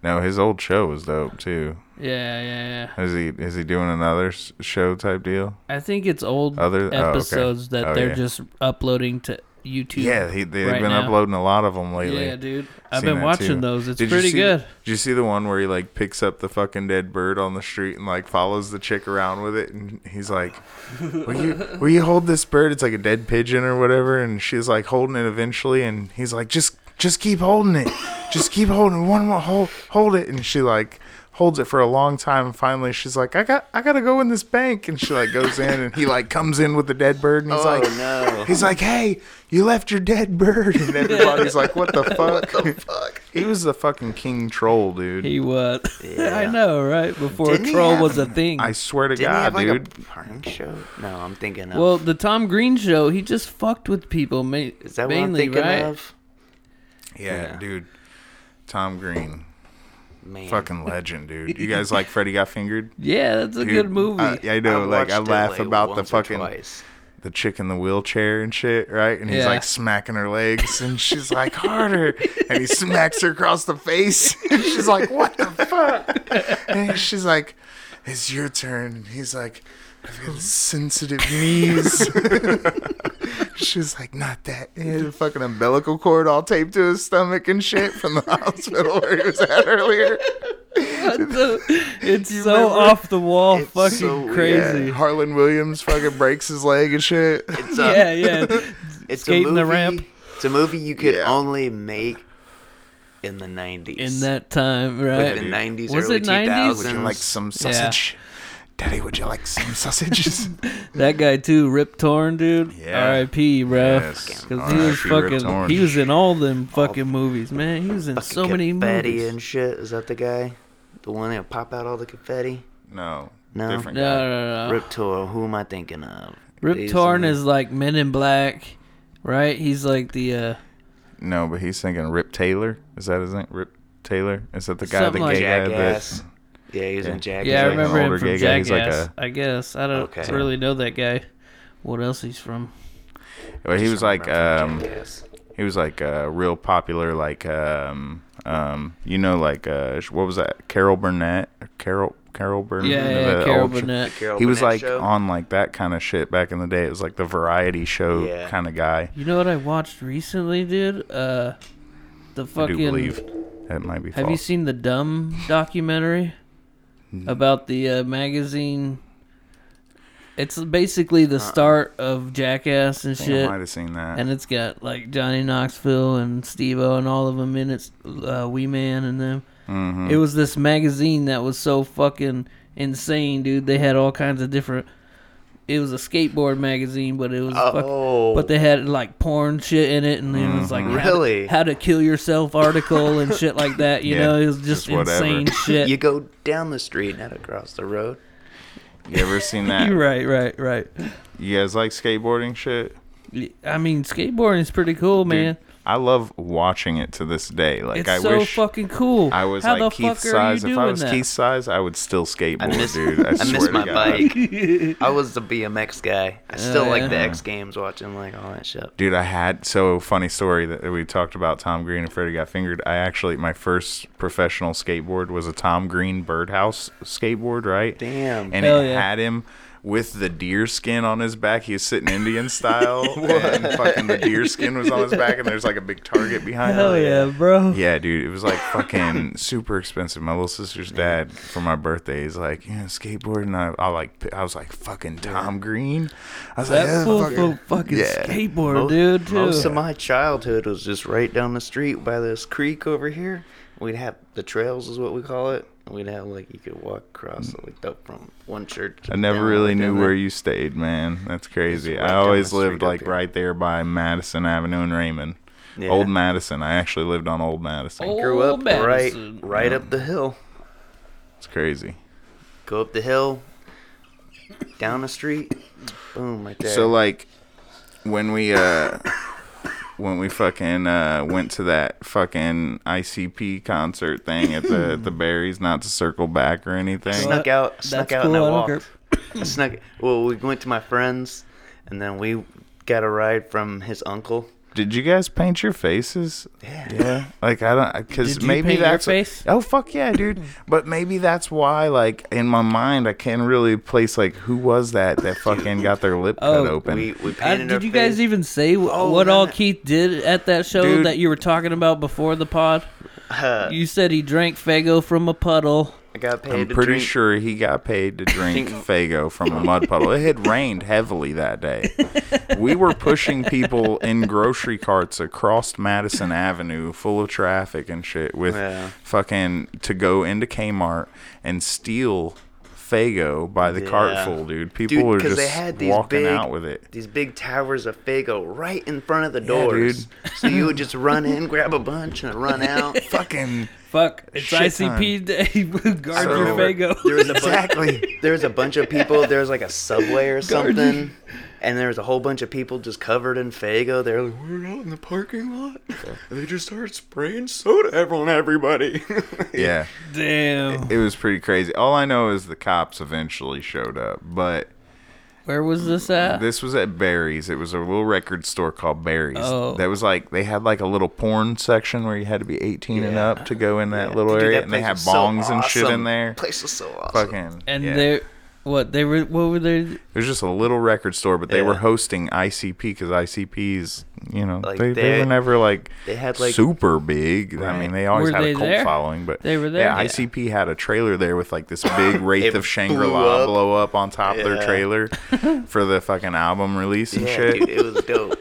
C: No, his old show was dope too.
B: yeah, yeah. yeah.
C: Is he is he doing another s- show type deal?
B: I think it's old
C: Other- oh, okay.
B: episodes that
C: Oh,
B: they're
C: yeah.
B: just uploading to YouTube.
C: Yeah, he, they've
B: right
C: been
B: now.
C: uploading a lot of them lately.
B: Yeah, dude. I've
C: Seen
B: been
C: that,
B: watching
C: too.
B: those. It's
C: Did you
B: pretty
C: see-
B: good.
C: Did you see the one where he like picks up the fucking dead bird on the street and like follows the chick around with it? And he's like, "Will you will you hold this bird? It's like a dead pigeon or whatever." And she's like holding it eventually, and he's like, "Just just keep holding it, just keep holding it. One more hold hold it." And she like holds it for a long time and finally she's like i got i gotta go in this bank and she like goes in and he like comes in with the dead bird and he's
A: Oh,
C: like
A: no.
C: He's like, "Hey, you left your dead bird," and everybody's like, "What the fuck?" He was the fucking king troll, dude.
B: He was. I know, right? Before
A: Didn't he
B: troll
A: have-
B: was a thing.
C: I swear to
A: Didn't he
C: God,
A: have like
C: dude.
A: a prank show? No, I'm thinking of.
B: Well, the Tom Green show, he just fucked with people. Ma-
A: is that what I'm
B: mainly,
A: thinking
B: right?
A: of?
C: yeah, dude. Tom Green,
A: Man.
C: fucking legend, dude. You guys like Freddy Got Fingered?
B: Yeah, that's a
C: Dude,
B: good movie.
C: I, I know, like I
A: watched it,
C: laugh
A: like,
C: about the
A: once or
C: fucking
A: twice.
C: the chick in the wheelchair and shit, right? And he's
B: Yeah.
C: like smacking her legs, and she's like harder, and he smacks her across the face. And she's like, "What the fuck?" And she's like, "It's your turn." And he's like, "I've got sensitive knees." she's like, "Not that." He had a fucking umbilical cord all taped to his stomach and shit from the hospital where he was at earlier.
B: it's so
C: remember?
B: off the wall,
A: It's
B: fucking
A: so weird.
B: crazy.
C: Yeah, Harlan Williams fucking breaks his leg and shit.
A: It's a,
B: Yeah, yeah.
A: it's a
B: skating
A: movie,
B: the ramp.
A: It's a movie you could
C: Yeah.
A: only make in the 90s.
B: In that time,
A: like
B: right?
A: the 90s,
B: Was
A: early
B: it 90s?
C: Would you
A: 2000s.
C: like some sausage? Daddy, would you like some sausages?
B: That guy too, Rip Torn, dude.
C: Yeah.
B: R.I.P. Bro.
C: Yes.
B: Because he was
C: R.I.P. Rip
B: fucking,
C: Torn.
B: he was in all them fucking movies, man. He was in
A: Fucking
B: so many
A: confetti
B: movies.
A: and shit. Is that the guy? The one that pop out all the confetti?
C: No.
A: No.
C: Different
B: no,
C: guy.
B: no, no. Rip,
A: Rip Torn. Who am I thinking of? These
B: Torn
A: are-
B: is like Men in Black, right? He's like the uh,
C: No, but he's thinking Rip Taylor. Is that his name? Rip Taylor? Is that the guy,
B: Something
C: the
B: like
C: gay guy
A: Jackass.
C: that
A: Yeah, he was
C: Yeah. Oh,
A: in Jackass.
B: yeah. I
C: like an
B: remember him
C: older
B: from
C: gay guy.
B: Jackass.
C: He's like a-
B: I guess I don't
A: Okay.
B: really know that guy. What else he's from?
C: well, he was like um
A: Jackass.
C: he was like uh real popular like um um you know like uh sh- what was that? Carol Burnett? Carol Carol Burnett?
B: Yeah, yeah,
C: The
B: Carol
C: old sh-
B: Burnett.
A: Carol
C: um, He was
A: Burnett
C: like
A: show?
C: on like that kind of shit back in the day. It was like the variety show
A: Yeah.
C: kind of guy.
B: You know what I watched recently, dude? Uh, the
C: I do
B: fucking.
C: believe that might be
B: Have you
C: false.
B: seen the Dumb documentary about the uh, magazine? It's basically the start of Jackass and
C: I
B: shit,
C: might have seen that.
B: and it's got like Johnny Knoxville and Steve-O and all of them in it. Uh, Wee Man and them. It was this magazine that was so fucking insane, dude. They had all kinds of different. It was a skateboard magazine, but it was fuck-
A: Oh.
B: but they had like porn shit in it, and it was like
C: Mm-hmm.
B: how to-
A: Really?
B: how to, kill yourself article and shit like that. You
C: Yeah,
B: know, it was just,
C: just whatever.
B: insane shit.
A: you go down the street, not across the road.
C: you ever seen that?
B: You're right, right, right.
C: You guys like skateboarding shit?
B: I mean, skateboarding is pretty cool, man.
C: I love watching it to this day. Like
B: It's
C: I
B: so
C: wish
B: fucking cool.
C: I was
B: How
C: like
B: the fuck
C: Keith's
B: are you
C: size. If
B: doing
C: I was
B: that?
C: Keith's size, I would still skateboard,
A: I miss,
C: dude. I,
A: I
C: swear
A: miss
C: to
A: my
C: God.
A: bike. I was the BMX guy. I still
B: Oh,
A: like
B: yeah.
A: the X Games, watching like all that shit.
C: Dude, I had so funny story that we talked about Tom Green and Freddie got fingered. I actually my first professional skateboard was a Tom Green birdhouse skateboard, right?
A: Damn.
C: And
B: Hell
C: it
B: yeah.
C: had him with the deer skin on his back. He was sitting Indian style, and fucking the deer skin was on his back, and there's like a big target behind.
B: Hell
C: him.
B: yeah, bro.
C: Yeah, dude, it was like fucking super expensive. My little sister's dad for my birthday is like, yeah, skateboard, and I, I like, p- I was like, fucking Tom Green. I was like,
B: That
C: yeah,
B: fool
C: fucking-
B: full fucking
C: yeah.
B: skateboard,
A: Mo-
B: Oh, dude. Too.
A: Most of my childhood was just right down the street by this creek over here. We'd have the trails, is what we call it. And We'd have like you could walk across like up from one church.
C: Mm. I never
A: down,
C: really
A: like,
C: knew
A: down
C: where
A: there.
C: you stayed, man. That's crazy.
A: It's right
C: I
A: down the
C: always
A: street
C: lived
A: up
C: like
A: here.
C: right there by Madison Avenue and Raymond.
A: Yeah.
C: Old Madison. I actually lived on Old Madison.
B: Oh.
A: Grew up
B: Old
A: right,
B: Madison.
A: right
C: Mm.
A: up the hill.
C: It's crazy.
A: Go up the hill, down the street, boom, right there.
C: So like when we uh when we fucking uh went to that fucking ICP concert thing at the the Berries, not to circle back or anything.
A: snuck out,
B: That's
A: snuck out,
B: cool,
A: and
B: I
A: I
B: don't
A: walked. I snuck. Well, we went to my friend's, and then we got a ride from his uncle.
C: Did you guys paint your faces?
A: Yeah.
C: Like I don't, because
B: Did you
C: maybe
B: paint your
C: that's.
B: face?
C: Oh fuck yeah, dude! But maybe that's why, like in my mind, I can't really place like who was that that fucking got their lip
B: Oh,
C: cut open.
A: We we
B: I,
A: painted.
B: did
A: our
B: you guys
A: face.
B: even say wh-
A: Oh,
B: what
A: no,
B: all
A: no.
B: Keith did at that show
C: Dude.
B: that you were talking about before the pod? you said he drank Fago from a puddle.
A: I got paid.
C: I'm
A: to
C: pretty
A: drink.
C: sure he got paid to drink Fago from a mud puddle. It had rained heavily that day. We were pushing people in grocery carts across Madison Avenue, full of traffic and shit, with
A: Yeah.
C: fucking to go into Kmart and steal Fago by the cart
A: Yeah.
C: full, dude. People
A: Dude,
C: were
A: because
C: just
A: they had these
C: walking
A: big,
C: out with it.
A: These big towers of Fago right in front of the doors.
C: dude.
A: So you would just run in, grab a bunch, and run out.
C: Fucking
B: Fuck, it's
C: Shit
B: ICP day. Guard
C: So-
B: your
A: There
B: Fago.
A: was a bunch,
C: exactly.
A: there was a bunch of people. There was like a subway or something, and there was a whole bunch of people just covered in Fago. They're like, "We're out in the parking lot." And they just started spraying soda everyone, everybody.
C: yeah.
B: Damn.
C: It was pretty crazy. All I know is the cops eventually showed up, but
B: Where was this at?
C: This was at Barry's. It was a little record store called Barry's.
B: Oh.
C: That was like they had like a little porn section where you had to be 18 and
A: Yeah.
C: up to go in that little
A: Dude,
C: area,
A: that
C: and they
A: place
C: had
A: was so
C: bongs and shit in
A: awesome.
C: there.
A: Place was so awesome.
C: Fucking
B: and
C: yeah.
B: there, what they were? What were they?
C: There's just a little record store, but they were
A: Yeah.
C: hosting ICP because ICP's, you know,
A: Like,
C: they, they,
A: they-
C: were never like,
A: they had, like-
C: super big. I mean, they always
B: Were
C: had
B: they
C: a cult
B: there?
C: following, but
B: They were there?
C: Yeah,
B: Yeah.
C: ICP had a trailer there with like this big wraith
A: It
C: of Shangri
A: blew
C: La
A: up.
C: blow up on top of their
A: Yeah.
C: trailer for the fucking album release and
A: Yeah,
C: shit.
A: dude, it was dope.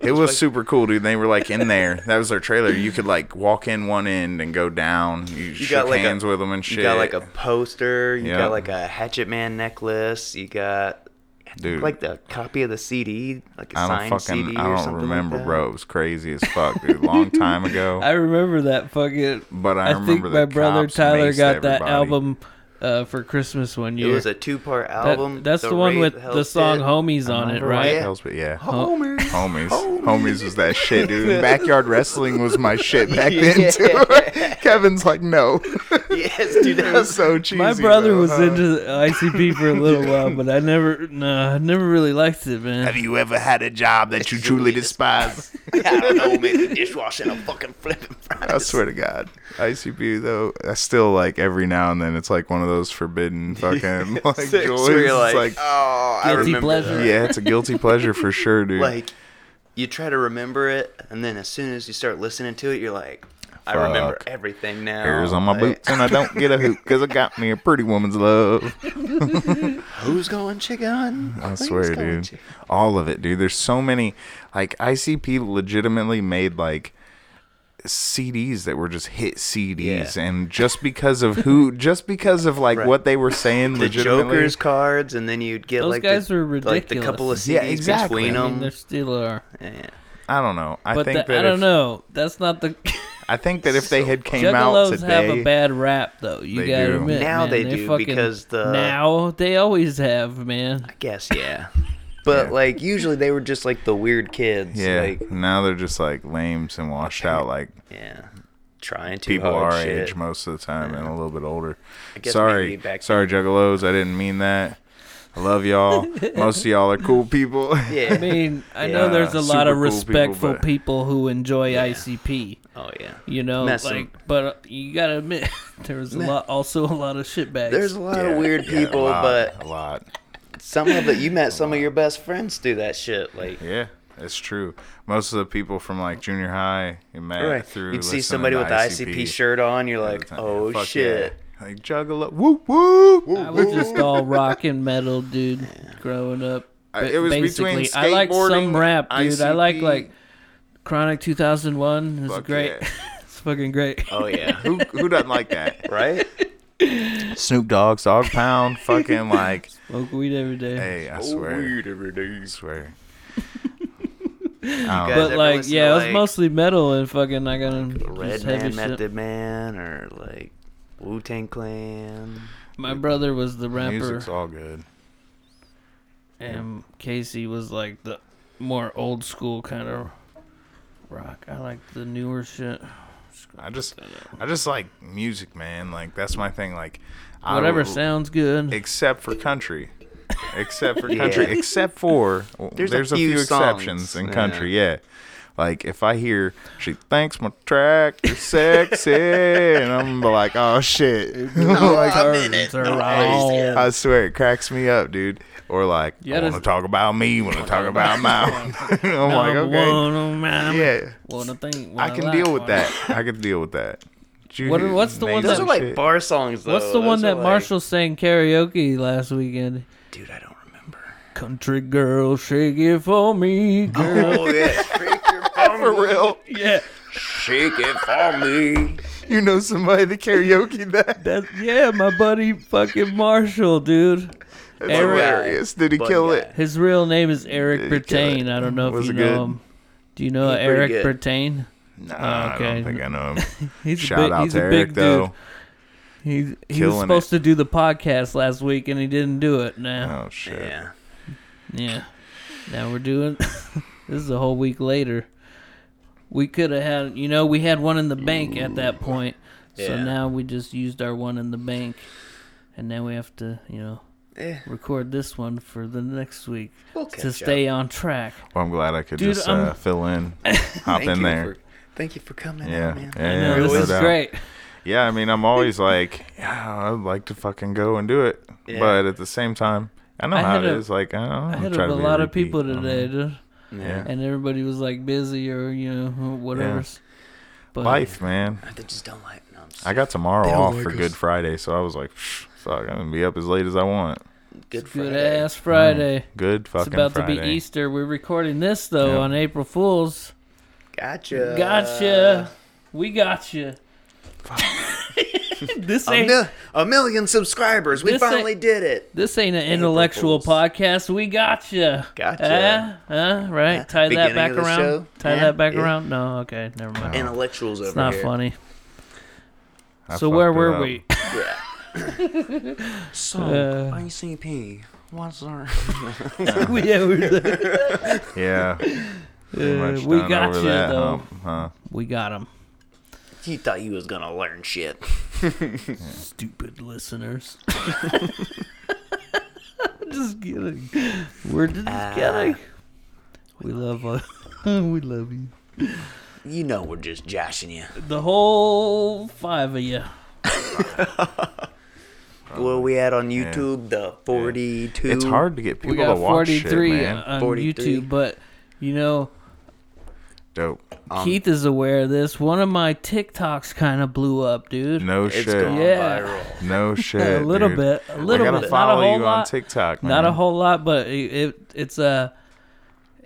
C: It was super cool, dude. They were like in there. That was their trailer. You could like walk in one end and go down. You, shook
A: got, like, a-
C: hands with them and shit.
A: You got like a poster. You
C: Yeah.
A: got like a Hatchet Man necklace. You got
C: dude.
A: like the copy of the CD, like a
C: I don't
A: signed
C: fucking
A: CD or
C: I don't
A: something
C: remember,
A: like that.
C: bro. It was crazy as fuck, dude. Long time ago.
B: I remember that fucking.
C: but Oh. I,
B: I, think
C: remember
B: my
C: the
B: brother
C: cops
B: Tyler
C: maced
B: got that
C: everybody.
B: album uh, for Christmas one
A: It
B: year.
A: was a two-part
B: That-
A: album.
B: that's the, one
A: Wraith
B: with
A: Hell
B: the song
A: did.
B: "Homies"
C: I
B: on it,
C: remember why
B: right?
C: the hells- but Oh, yeah.
A: Homer.
C: Homies. Homies was that shit, dude. Backyard wrestling was my shit back then, too. Kevin's like, no.
A: yes, dude. That
C: It was
A: was so.
C: so cheesy.
B: My brother
C: though,
B: was
C: huh?
B: into ICP for a little while, but I never, no, I never really liked it,
C: Have
B: man.
C: you ever had a job that you truly despise?
A: I don't know, man. The dishwashing a fucking flipping fries.
C: I swear to God, ICP though, I still like every now and then it's like one of those forbidden fucking like joys.
A: Six, where you're like,
C: It's like,
A: oh, I
B: Guilty
A: remember.
B: pleasure.
A: that."
C: yeah, it's a guilty pleasure for sure, dude.
A: Like, you try to remember it, and then as soon as you start listening to it, you're like, I remember
C: Fuck.
A: everything now.
C: Hairs on my
A: Like,
C: boots and I don't get a hoop because I got me a pretty woman's love.
A: Who's going chicken?
C: I swear, dude. All of it, dude. There's so many. Like ICP legitimately made like CDs that were just hit CDs,
A: Yeah.
C: and just because of who, just because of like
A: Right.
C: what they were saying,
A: The
C: legitimately,
A: Joker's cards, and then you'd get
B: Those
A: like
B: guys
A: the,
B: were
A: like the couple of
B: ridiculous.
A: CDs
C: Yeah, exactly.
A: between
B: I mean,
A: them.
B: there still are,
A: Yeah.
C: I don't know. I
B: but
C: think
B: the-
C: that
B: I don't
C: if-
B: know. That's not the
C: I think that if they had came out
B: Juggalos
C: today,
B: have a bad rap, though. You
C: They
B: gotta
C: do.
B: admit,
A: Now
B: man,
A: they
B: they
A: do,
B: fucking,
A: because the-
B: now they always have, man.
A: Guess yeah. But
C: Yeah.
A: like usually they were just like the weird kids.
C: Yeah.
A: Like,
C: now they're just like lames and washed out like
A: yeah. Trying to
C: people
A: hard
C: our
A: shit.
C: age most of the time and a little bit older.
A: guess
C: Sorry,
A: maybe back
C: sorry, Juggalos. I didn't mean that. I love y'all. most of y'all are cool people.
A: Yeah.
B: I mean, I know
A: Yeah,
B: there's a lot
C: super
B: of
C: cool people,
B: respectful
C: but-
B: people, who enjoy ICP.
A: oh yeah.
B: You know,
A: Mess 'em.
B: like, but uh, you gotta admit, there was a lot, also a lot of shitbags.
A: There's a lot
C: Yeah,
A: of weird
C: yeah, a
A: people,
C: lot,
A: but
C: a lot.
A: some of it you met some of your best friends do that shit. Like
C: Yeah, that's true. Most of the people from like junior high and met
A: right.
C: through.
A: You'd see
C: listening
A: somebody
C: to
A: with the ICP, shirt on, you're
C: all the
A: like,
C: time.
A: Oh
C: Fuck
A: shit.
C: yeah. Like Juggalo, whoop whoop.
B: I was just all rock and metal, dude, growing up.
A: Uh,
C: I-
B: Ba-
C: it was between
B: I like some
C: skateboarding,
B: rap, dude. I like
C: ICP.
B: like Chronic 2001 is
C: Fuck
B: great.
C: yeah.
B: it's fucking great.
A: Oh yeah.
C: Who who doesn't like that?
A: right?
C: Snoop Dogg's Dog Pound, fucking like.
B: Smoke weed every day.
C: Hey, I swear.
A: every day.
C: I swear.
A: guys
B: but
A: ever
B: like,
A: listen
B: yeah,
A: to,
B: it was
A: like,
B: mostly metal and fucking I got
A: Red
B: just heavy
A: Man,
B: shit.
A: Method Man, or like Wu Tang Clan.
B: My brother was the rapper,
C: Music's all good.
B: and Casey was like the more old school kind of rock. I like the newer shit.
C: I just, I just like music, man. Like that's my thing. Like I
B: Whatever
C: will-
B: sounds good.
C: except for country, except for country,
A: Yeah.
C: except for
A: There's
C: there's,
A: a
C: a,
A: few
C: few, exceptions
A: songs,
C: in
A: yeah.
C: country. Yeah. Like if I hear she thinks my track is sexy, and I'm like, oh shit. Like,
B: Turns around.
C: Oh, I swear it cracks me up, dude. Or like,
B: Yeah,
C: I want to
B: that's-
C: talk about me, want to talk about mine. I'm like,
B: Number
C: okay,
B: one on my-
C: yeah,
B: Well, the thing-
C: I
B: well,
C: can
B: like
C: deal with
B: one.
C: that. I can deal with that. You-
B: What- what's the one
C: name
B: that-
A: Those
C: some
A: are like
C: shit.
A: bar songs, though.
B: What's the one
A: Those
B: that
A: are, like-
B: Marshall sang karaoke last weekend?
A: Dude, I don't remember.
B: Country girl, shake it for me, girl.
A: Oh, yeah. Shake your bum.
C: for real?
B: yeah,
A: Shake it for me.
C: You know somebody that karaoke that?
B: that's yeah, my buddy fucking Marshall, dude.
C: That's
B: Eric-
C: hilarious. Did he
A: But
C: kill
A: yeah.
C: it?
B: His real name is Eric
C: Did he kill
B: Bertain.
C: it?
B: I don't know if
C: Was
B: you
C: it
B: know
C: good?
B: him. Do you know
A: He's pretty
B: Eric
A: good.
B: Bertain?
C: Nah, I
B: Okay.
C: don't think I know him.
B: He's
C: Shout
B: a big,
C: out
B: he's
C: to
B: a
C: Eric,
B: big
C: though.
B: dude. He he was
C: Killing
B: supposed to do the podcast last week and he didn't do it. Now,
C: Oh shit!
A: Yeah.
B: yeah, now we're doing. this is a whole week later. We could have had, you know, we had one in the bank at that point. So
A: Yeah.
B: now we just used our one in the bank, and now we have to, you know,
A: Eh,
B: record this one for the next week
A: we'll catch
B: to stay on track.
C: Well, I'm glad I could
B: Dude,
C: just
B: I'm-
C: uh, fill in, hop
A: Up. Thank
C: in
A: you
C: there.
A: For, thank you for coming
C: yeah,
A: out, man.
C: yeah,
B: I know
C: yeah,
B: this
C: no
B: is
C: doubt.
B: great.
C: Yeah, I mean, I'm always like, yeah, I'd like to fucking go and do it,
A: Yeah.
C: but at the same time, I know
B: I
C: how
B: hit
C: it
B: up-
C: is. Like, I don't.
B: I hit
C: try
B: up a
C: to be
B: lot of
C: repeat. Uh-huh.
B: people
C: I don't
B: today,
C: know.
B: dude,
C: Yeah.
B: and everybody was like busy or you know whatever. But
C: Life, man.
A: They just don't like. No, I'm just,
C: I got tomorrow
A: They don't
C: off
A: like
C: for
A: us.
C: Good Friday, so I was like, "Psh, fuck, I'm gonna be up as late as I want.
A: good for
B: good ass Friday.
C: Good Mm. fucking
B: It's about
C: Friday.
B: to be Easter. We're recording this though
C: Yeah.
B: on April Fools.
A: Gotcha.
B: Gotcha. we gotcha. this
A: A,
B: ain't
A: mil- a million subscribers. We
B: This ain't-
A: finally did it.
B: this ain't an intellectual
A: Fools.
B: podcast. We gotcha.
A: Gotcha.
B: Uh, uh, right.
A: Huh?
B: Tie that
A: Beginning
B: back
A: of the
B: around.
A: show?
B: Tie
A: Yeah,
B: that back
A: yeah.
B: around. No. Okay. Never
C: Oh.
B: mind.
A: Intellectuals over
B: It's not
A: here.
B: funny.
C: I
B: so where
C: fucked it
B: were
C: up.
B: we?
A: So,
B: Uh.
A: ICP. What's our.
B: we, yeah, we, were there.
C: Yeah, pretty
B: Uh,
C: much
B: we
C: done
B: got
C: over
B: you
C: that
B: though.
C: hump, huh?
B: We got him.
A: You thought you was gonna learn shit.
B: Stupid listeners. just kidding. We're just kidding. We love uh, we love you.
A: You know we're just joshing you.
B: The whole five of you.
A: Well, we had on YouTube the 42.
C: It's hard to get
B: We
C: people to
B: got uh,
C: watch
B: forty three
C: shit, man.
B: on
A: 43.
B: YouTube, but you know,
C: Dope.
B: Keith is aware of this. One of my TikToks kind of blew up, dude.
C: No
A: It's
C: shit.
A: gone
B: Yeah.
A: viral.
C: No shit.
B: a little
C: dude.
B: bit, a little
C: I gotta
B: bit,
C: follow
B: not a whole
C: you
B: lot.
C: on TikTok. Man.
B: Not a whole lot, but it, it it's uh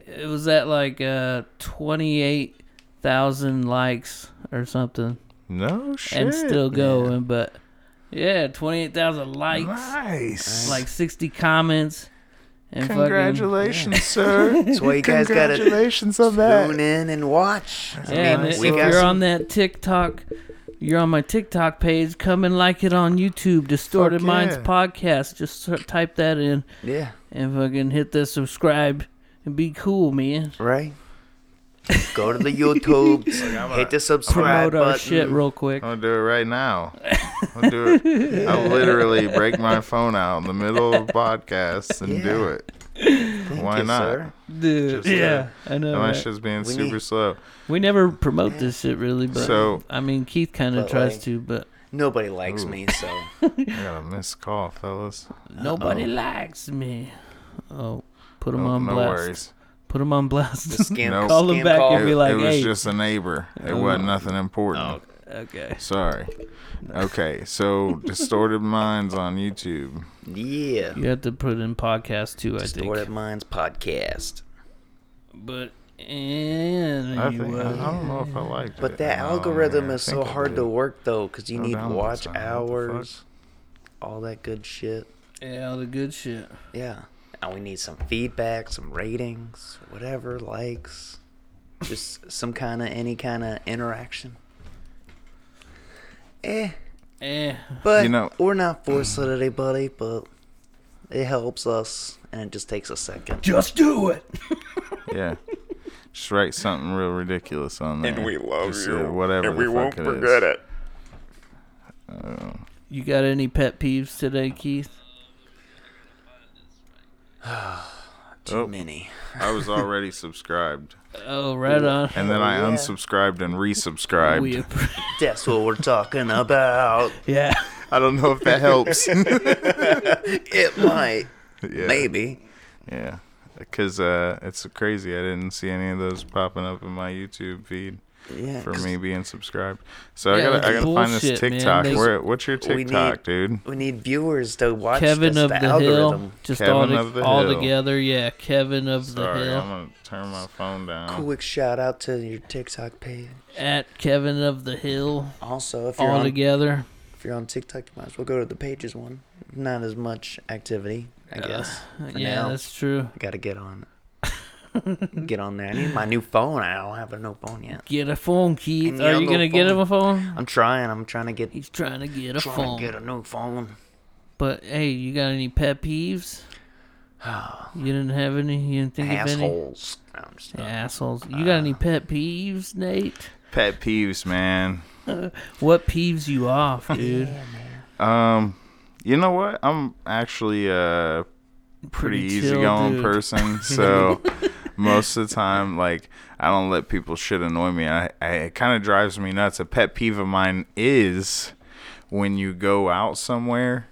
B: it was at like uh twenty eight thousand likes or something,
C: No shit.
B: and still going. But yeah, twenty eight thousand likes,
C: Nice.
B: like sixty comments, and fucking-
C: congratulations, sir.
A: That's why you guys gotta tune
C: congratulations on that.
A: in and watch. I
B: yeah,
A: mean,
B: and
A: we
B: if
A: got
B: you're
A: some-
B: on that TikTok, you're on my TikTok page. Come and like it on YouTube, Distorted
C: Fuck
B: Minds
C: yeah.
B: Podcast. Just sort- type that in,
A: yeah,
B: and fucking hit that subscribe and be cool, man.
A: Right? Go to the YouTube, hit the subscribe
B: Promote our
A: button.
B: shit real quick.
C: I'm gonna do it right now. I'll do it. I'll literally break my phone out in the middle of a podcast and do it. Why
A: you,
C: not?
A: sir.
B: Dude, yeah, I know.
C: And my
B: right?
C: shit's being
A: We
C: super
A: need-
C: slow.
B: We never promote this shit really, but
C: So-
B: I mean, Keith kind of
A: But,
B: tries
A: like-
B: to, but
A: Nobody likes me, so
C: I got a missed call, fellas.
B: nobody likes me. Oh, put him
C: No,
B: on
C: no
B: blast.
C: worries.
B: Put him on blast.
A: scam,
C: Nope.
B: Call him
A: scam
B: back
C: It,
A: call.
B: and be like,
C: it was
B: "Hey."
C: just a neighbor. It wasn't nothing important.
B: okay.
C: Sorry. Okay, so Distorted Minds on YouTube.
A: yeah.
B: You have to put in podcast too, I
A: Distorted
B: think.
A: Minds podcast.
B: But
C: I, think, uh-huh. I
B: anyway,
C: don't know if I liked it.
A: But that
C: No,
A: algorithm
C: I
A: is
C: think
A: so
C: I
A: hard
C: did.
A: to work though, because you
B: Oh,
C: No
A: need
C: downloads
A: watch
C: on it. What the fuck?
A: hours, all that good shit.
B: yeah, all the good shit.
A: Yeah. And we need some feedback, some ratings, whatever, likes, just some kind of any kind of interaction. Eh,
B: Eh,
A: but
C: You know-
A: we're not forcing it, anybody, but it helps us, and it just takes a second.
B: just do it.
C: Yeah. Just write something real ridiculous on there.
E: And we love
C: Just, uh,
E: you.
C: whatever
E: and
C: the
E: we
C: fuck
E: won't
C: it is.
E: forget it.
B: You got any pet peeves today, Keith?
C: Oh,
A: Mini.
C: I was already subscribed.
B: Oh, right on.
C: And then I unsubscribed and resubscribed.
B: We appre-
A: That's what we're talking about.
B: yeah.
C: I don't know if that helps.
A: It might,
C: Yeah.
A: maybe.
C: Yeah. Because uh, it's crazy. I didn't see any of those popping up in my YouTube feed
A: Yeah,
C: for
A: 'cause
C: me being subscribed. So
B: Yeah,
C: I gotta,
B: that's
C: I gotta find this
B: bullshit, man.
C: TikTok.
B: They-
C: Where, what's your
A: We need-
C: TikTok, dude?
A: We need viewers to watch
B: Kevin
A: this,
B: of
A: the,
B: the,
A: algorithm.
B: Hill. Just
C: Kevin
B: all, to-
C: of the
B: all
C: Hill.
B: together. Yeah, Kevin of the
C: Sorry,
B: Hill.
C: I'm gonna turn my phone down.
A: Quick shout out to your TikTok page.
B: At Kevin of the Hill.
A: Also, if you're
B: All
A: on
B: together.
A: if you're on TikTok, you might as well go to the pages one. Not as much activity, I guess. for
B: Yeah,
A: now.
B: that's true.
A: I gotta get on. get on there. I need my new phone. I don't have a new phone yet.
B: Get a phone, Keith.
A: And
B: Are you
A: yellow
B: gonna get
A: phone.
B: him a phone?
A: I'm trying. I'm trying to get
B: He's trying to get a
A: trying
B: phone.
A: to get a new phone.
B: But hey, you got any pet peeves? You didn't have any. You didn't think
A: Assholes. No, I'm just
B: of any. Assholes. You got any pet peeves, Nate?
C: Pet peeves, man.
B: What peeves you off, dude?
C: Um, you know what? I'm actually a pretty,
B: chill
C: easygoing
B: dude.
C: person, so most of the time, like I don't let people shit annoy me. I, I it kind of drives me nuts. A pet peeve of mine is when you go out somewhere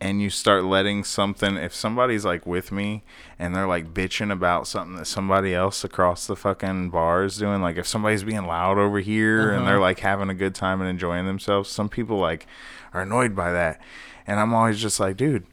C: and you start letting something if somebody's like with me and they're like bitching about something that somebody else across the fucking bar is doing like if somebody's being loud over here and
B: Uh-huh.
C: they're like having a good time and enjoying themselves some people like are annoyed by that and i'm always just like dude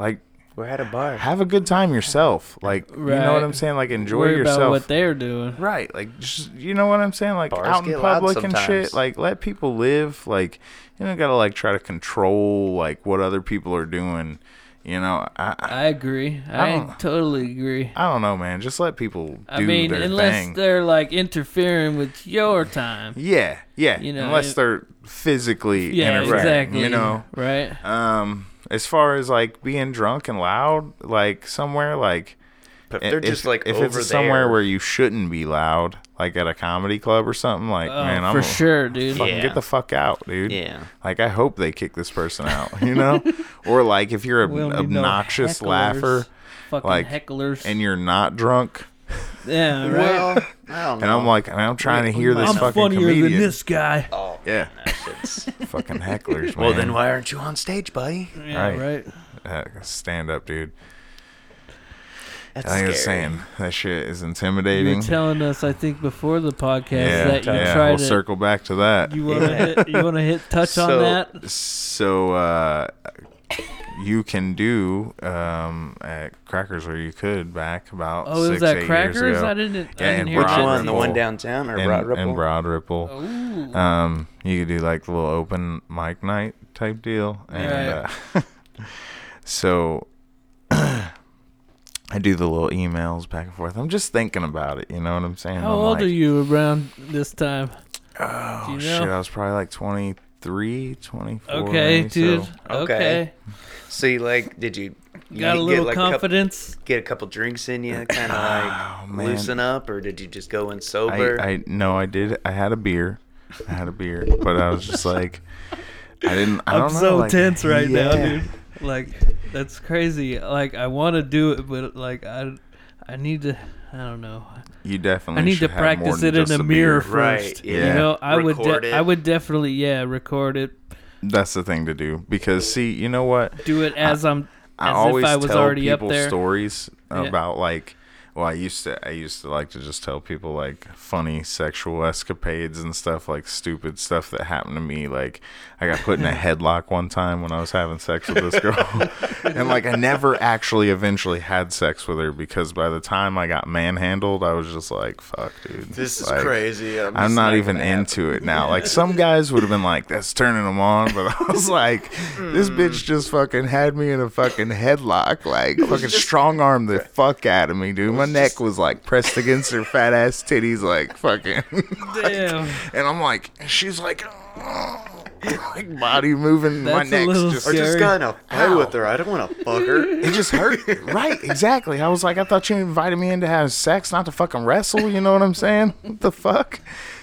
C: like
A: We're at a bar.
C: have a good time yourself like you know
B: Right.
C: what i'm saying like enjoy
B: Worry
C: yourself
B: about what they're doing.
C: Right, like just you know what I'm saying, like
A: Bars
C: out in
A: get loud
C: public and shit.
A: sometimes.
C: Like let people live. Like you don't gotta like try to control like what other people are doing. You know, I I,
B: I agree. I,
C: I don't-
B: totally agree.
C: I don't know, man. Just let people do
B: I mean,
C: their
B: unless
C: thing.
B: they're like interfering with your time.
C: yeah, yeah.
B: You know,
C: unless
B: it-
C: they're physically
B: Yeah,
C: interfering.
B: exactly.
C: You know,
B: right?
C: um, as far as like being drunk and loud, like somewhere, like
A: But
C: I-
A: they're just like
C: if
A: over
C: it's
A: there.
C: somewhere where you shouldn't be loud, like at a comedy club or something, like
B: Oh,
C: man, I'm
B: for
C: a-
B: sure, dude.
C: fucking
A: Yeah.
C: get the fuck out, dude.
A: Yeah.
C: Like I hope they kick this person out, you know? or like if you're
B: We
C: an
B: don't need no
C: obnoxious
B: hecklers.
C: laugher
B: Fucking
C: like,
B: hecklers.
C: and you're not drunk,
B: yeah, right.
A: Well, I don't know.
C: and I'm like, man, I'm trying to hear this
B: I'm
C: fucking
B: funnier
C: comedian.
B: than this guy.
A: oh,
C: Yeah,
A: that shit's-
C: fucking hecklers, man.
A: well, then why aren't you on stage, buddy?
B: Yeah, right.
C: Right. Uh, stand up, dude.
A: That's
C: I think I was
A: scary.
C: saying that shit is
B: You
C: intimidating.
B: were telling us, I think, before the podcast
C: yeah,
B: that you
C: yeah.
B: try
C: We'll
B: to
C: circle back to that.
B: you want to hit, you want to hit touch
A: So-
B: on that.
C: so uh, you can do um, at Crackers, or you could back about
B: Oh, it was
C: six,
B: at
C: eight
B: Crackers.
C: years ago.
B: I didn't. I
C: Yeah,
B: didn't
C: and
B: hear
A: Which
C: Broad
A: one? The one
C: Ripple.
A: down or
C: and,
A: Broad Ripple?
C: and Broad Ripple.
B: Ooh,
C: Um, you could do like a little open mic night type deal, and uh, so I do the little emails back and forth. I'm just thinking about it. You know what I'm saying?
B: how
C: I'm
B: old
C: like,
B: are you around this time?
C: Oh
B: you
C: shit!
B: know?
C: I was probably like 23, 24.
B: Okay,
C: maybe,
B: dude.
C: so-
B: okay.
A: Okay. So you like? Did you you
B: Got a
A: get,
B: little
A: like, cup-
B: confidence.
A: get a couple drinks in you, kind of
C: Oh,
A: like
C: man.
A: loosen up, or did you just go in
C: I,
A: sober?
C: I no, I did. I had a beer. I had a beer, but I was just like, I didn't. I
B: I'm
C: don't know,
B: so
C: like,
B: tense right now,
C: yeah.
B: dude. Like that's crazy. Like I want to do it, but like I, I need to. I don't know.
C: You definitely.
B: I need
C: should
B: to
C: have more
B: practice
C: than
B: it in
C: just
B: a
C: a
B: mirror
C: beer.
A: Right,
B: first.
A: yeah.
B: You know, I would.
A: Record
B: De-
A: it.
B: I would definitely, yeah, record it.
C: That's the thing to do because see, you know what?
B: Do it as I, am
C: I
B: as
C: always
B: if I was
C: tell
B: already up
C: people
B: there.
C: stories
B: Yeah.
C: about like. Well, I used to. I used to like to just tell people like funny sexual escapades and stuff, like stupid stuff that happened to me. Like I got put in a headlock one time when I was having sex with this girl, and like I never actually eventually had sex with her because by the time I got manhandled, I was just like, "Fuck, dude,
A: this is
C: Like,
A: crazy. I'm,
C: I'm
A: just
C: not even
A: gonna happen.
C: into it now. Like some guys would have been like, "That's turning them on," but I was like, "This
B: Hmm.
C: bitch just fucking had me in a fucking headlock, like fucking strong arm the fuck out of me, dude. My neck was like pressed against her fat ass titties, like fucking."
B: Damn,
C: and I'm like, and she's like, "Oh," like body moving, my
B: That's a
C: neck's
B: little
C: just
A: Or just
B: Gary.
A: gonna play
C: Ow.
A: with her. I don't want to fuck her.
C: it just hurt. right, exactly. I was like, I thought you invited me in to have sex, not to fucking wrestle. You know what I'm saying? What the fuck?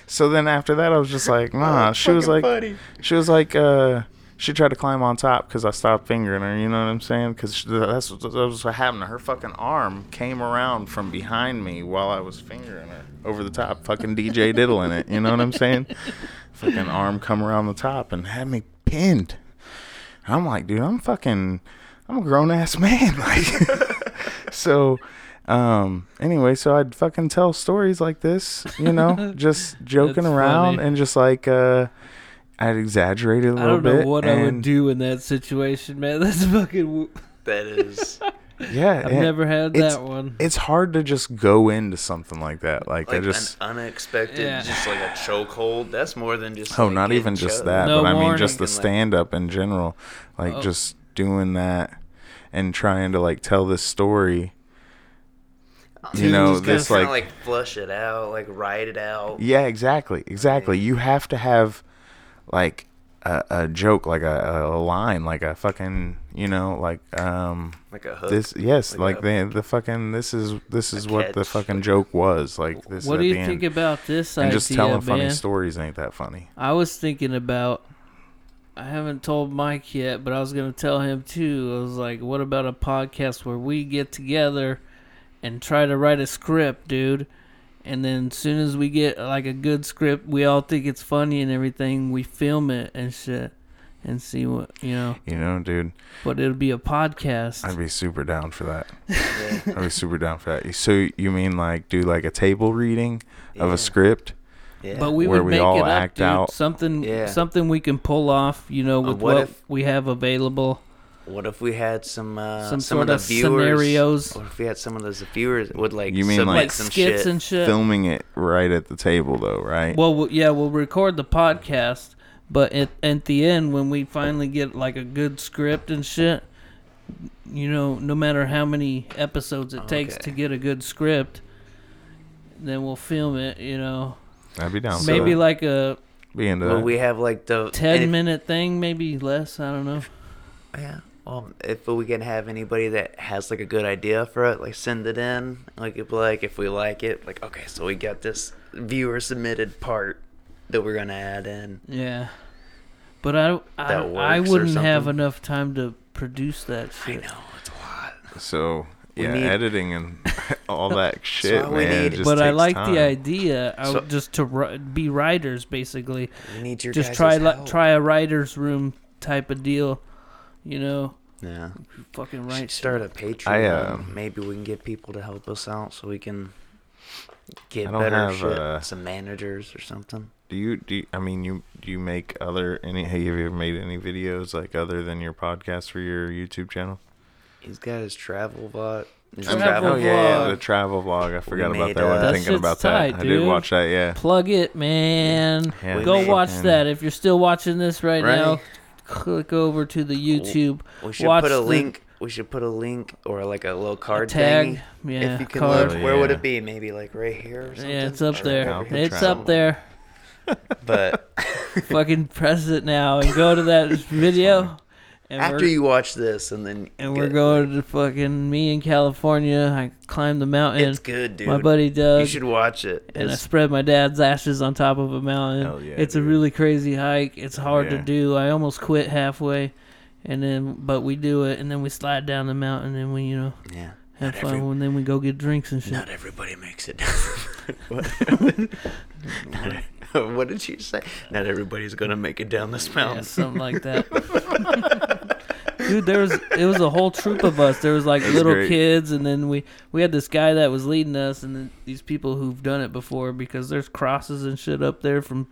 C: So then after that, I was just like, nah. she was
A: fucking
C: like,
A: funny.
C: she was like, uh, she tried to climb on top because I stopped fingering her. You know what I'm saying? Because that's what, that was what happened. Her fucking arm came around from behind me while I was fingering her over the top, fucking DJ diddling it. You know what I'm saying? fucking arm come around the top and had me pinned. And I'm like, dude, I'm fucking, I'm a grown ass man. Like, so, um, anyway, so I'd fucking tell stories like this, you know, just joking
B: That's
C: around
B: funny.
C: and just like, uh, I'd exaggerate it a
B: I
C: little
B: don't
C: bit.
B: know what I would
C: and-
B: do in that situation, man. That's fucking. w-
A: That is.
C: Yeah.
B: I've
C: and
B: never had
C: it's-
B: that one.
C: It's hard to just go into something like that. Like,
A: like
C: I just,
A: an unexpected,
B: Yeah.
A: just like a chokehold. That's more than just.
C: oh,
A: like,
C: not
A: getting
C: even just
A: choked.
C: that,
B: No
C: but I mean just the
A: warning.
C: stand up in general. Like,
B: Oh.
C: just doing that and trying to like tell this story. You
A: Dude,
C: know,
A: just kinda
C: this
A: kinda,
C: like
A: like flush it out, like ride it out.
C: Yeah, exactly, exactly. You have to have like a, a joke, like a, a line, like a fucking, you know, like um,
A: Like a hook.
C: this. Yes,
A: Like
C: like,
A: a-
C: the the fucking. This is this is what the
A: catch,
C: fucking
A: like-
C: joke was. Like this.
B: What
C: at
B: do you
C: the
B: think
C: end.
B: about this
C: And
B: idea,
A: uh,
C: just telling funny
B: man?
C: stories ain't that funny.
B: I was thinking about. I haven't told Mike yet, but I was going to tell him too. I was like, what about a podcast where we get together and try to write a script, dude? And then as soon as we get like a good script, we all think it's funny and everything, we film it and shit and see what, you know.
C: You know, dude.
B: But it'll be a podcast.
C: I'd be super down for that. I'd be super down for that. So you mean like do like a table reading of
A: Yeah.
C: a script?
A: Yeah.
B: But we
C: Where
B: would
C: we
B: make
C: all
B: it up,
C: act
B: dude.
C: out.
B: Something,
A: Yeah.
B: something we can pull off, you know, with
A: what
B: what
A: if-
B: we have available.
A: What if we had some uh,
B: Some
A: some,
B: sort
A: of
B: of
A: the viewers,
B: scenarios.
A: What if we had some of those viewers that would like
C: You mean,
A: submit
C: like,
B: Like
A: some
B: skits
A: shit?
B: and shit.
C: Filming it right at the table though, right?
B: Well, we'll- yeah, we'll record the podcast, but at, at the end when we finally get like a good script and shit, you know, no matter how many episodes it takes
A: Oh, Okay.
B: to get a good script, then we'll film it. You know,
C: I'd be
A: Oh,
C: down.
B: maybe
C: for that.
B: like a
C: be into
A: Well,
C: that.
A: we have like the
B: ten
A: if-
B: minute thing, maybe less. I don't know.
A: Yeah. Well, if we can have anybody that has like a good idea for it, like send it in. Like, if, like if we like it, like okay, so we got this viewer submitted part that we're gonna add in.
B: Yeah, but I I,
A: That
B: I
A: works or
B: wouldn't have
A: something.
B: enough time to produce that
A: I
B: shit.
A: know it's a lot.
C: So
A: We
C: yeah,
A: need-
C: editing and all that shit,
A: why we
C: man.
A: need-
C: just
B: But I
C: takes
B: like
C: time.
B: the idea. I
A: So-
B: would just to ri- be writers, basically.
A: We need your
B: just
A: guys'
B: try li-
A: help.
B: try a writer's room type of deal, you know.
A: Yeah.
B: Fucking
A: Right.
B: right.
A: Start a Patreon.
C: I, uh,
A: Maybe we can get people to help us out so we can get
C: I don't
A: better
C: have,
A: shit.
C: uh,
A: Some managers or something.
C: Do you do? You, I mean, you do you make other any? Have you ever made any videos like other than your podcast for your YouTube channel?
A: He's got his travel vlog. His
B: Travel
C: oh yeah, yeah,
B: vlog.
C: the travel vlog. I forgot
A: made,
C: about that.
A: uh,
C: one.
A: That
C: thinking
B: shit's
C: about
B: tight,
C: that. I did
B: dude.
C: watch that. Yeah.
B: Plug it, man.
C: Yeah,
A: We
B: Go
A: made-
B: watch
C: fucking-
B: that if you're still watching this right,
A: Right.
B: now. Click over to the YouTube.
A: We should
B: watch
A: put a
B: the
A: link. We should put a link or like a little card
B: tag.
A: thingy.
B: Yeah,
A: if you can
B: card.
A: look, where would
C: Yeah.
A: it be? Maybe like right here or something.
B: Yeah, it's up
A: Or
B: there.
A: over
C: Alcatraz.
A: here
B: It's up there.
A: somewhere. But
B: Fucking press it now and go to that video And
A: after
B: we're-
A: you watch this, and then
B: and we're going to fucking me in California. I climbed the mountain.
A: It's good, dude.
B: My buddy
A: You
B: Doug
A: should watch it.
B: and I
A: It's-
B: spread my dad's ashes on top of a mountain.
C: Hell yeah,
B: it's
C: dude.
B: a really crazy hike. It's hard
C: Yeah.
B: to do. I almost quit halfway, and then but we do it, and then we slide down the mountain, and we you know
A: yeah. Not
B: have fun,
A: every-
B: and then we go get drinks and shit.
A: Not everybody makes it. what? what did you say? Not everybody's gonna make it down this
C: Um.
B: Yeah,
A: mountain.
B: something like that. Dude, there was it was a whole troop of us. There was like little
C: great.
B: kids, and then we we had this guy that was leading us, and then these people who've done it before because there's crosses and shit up there from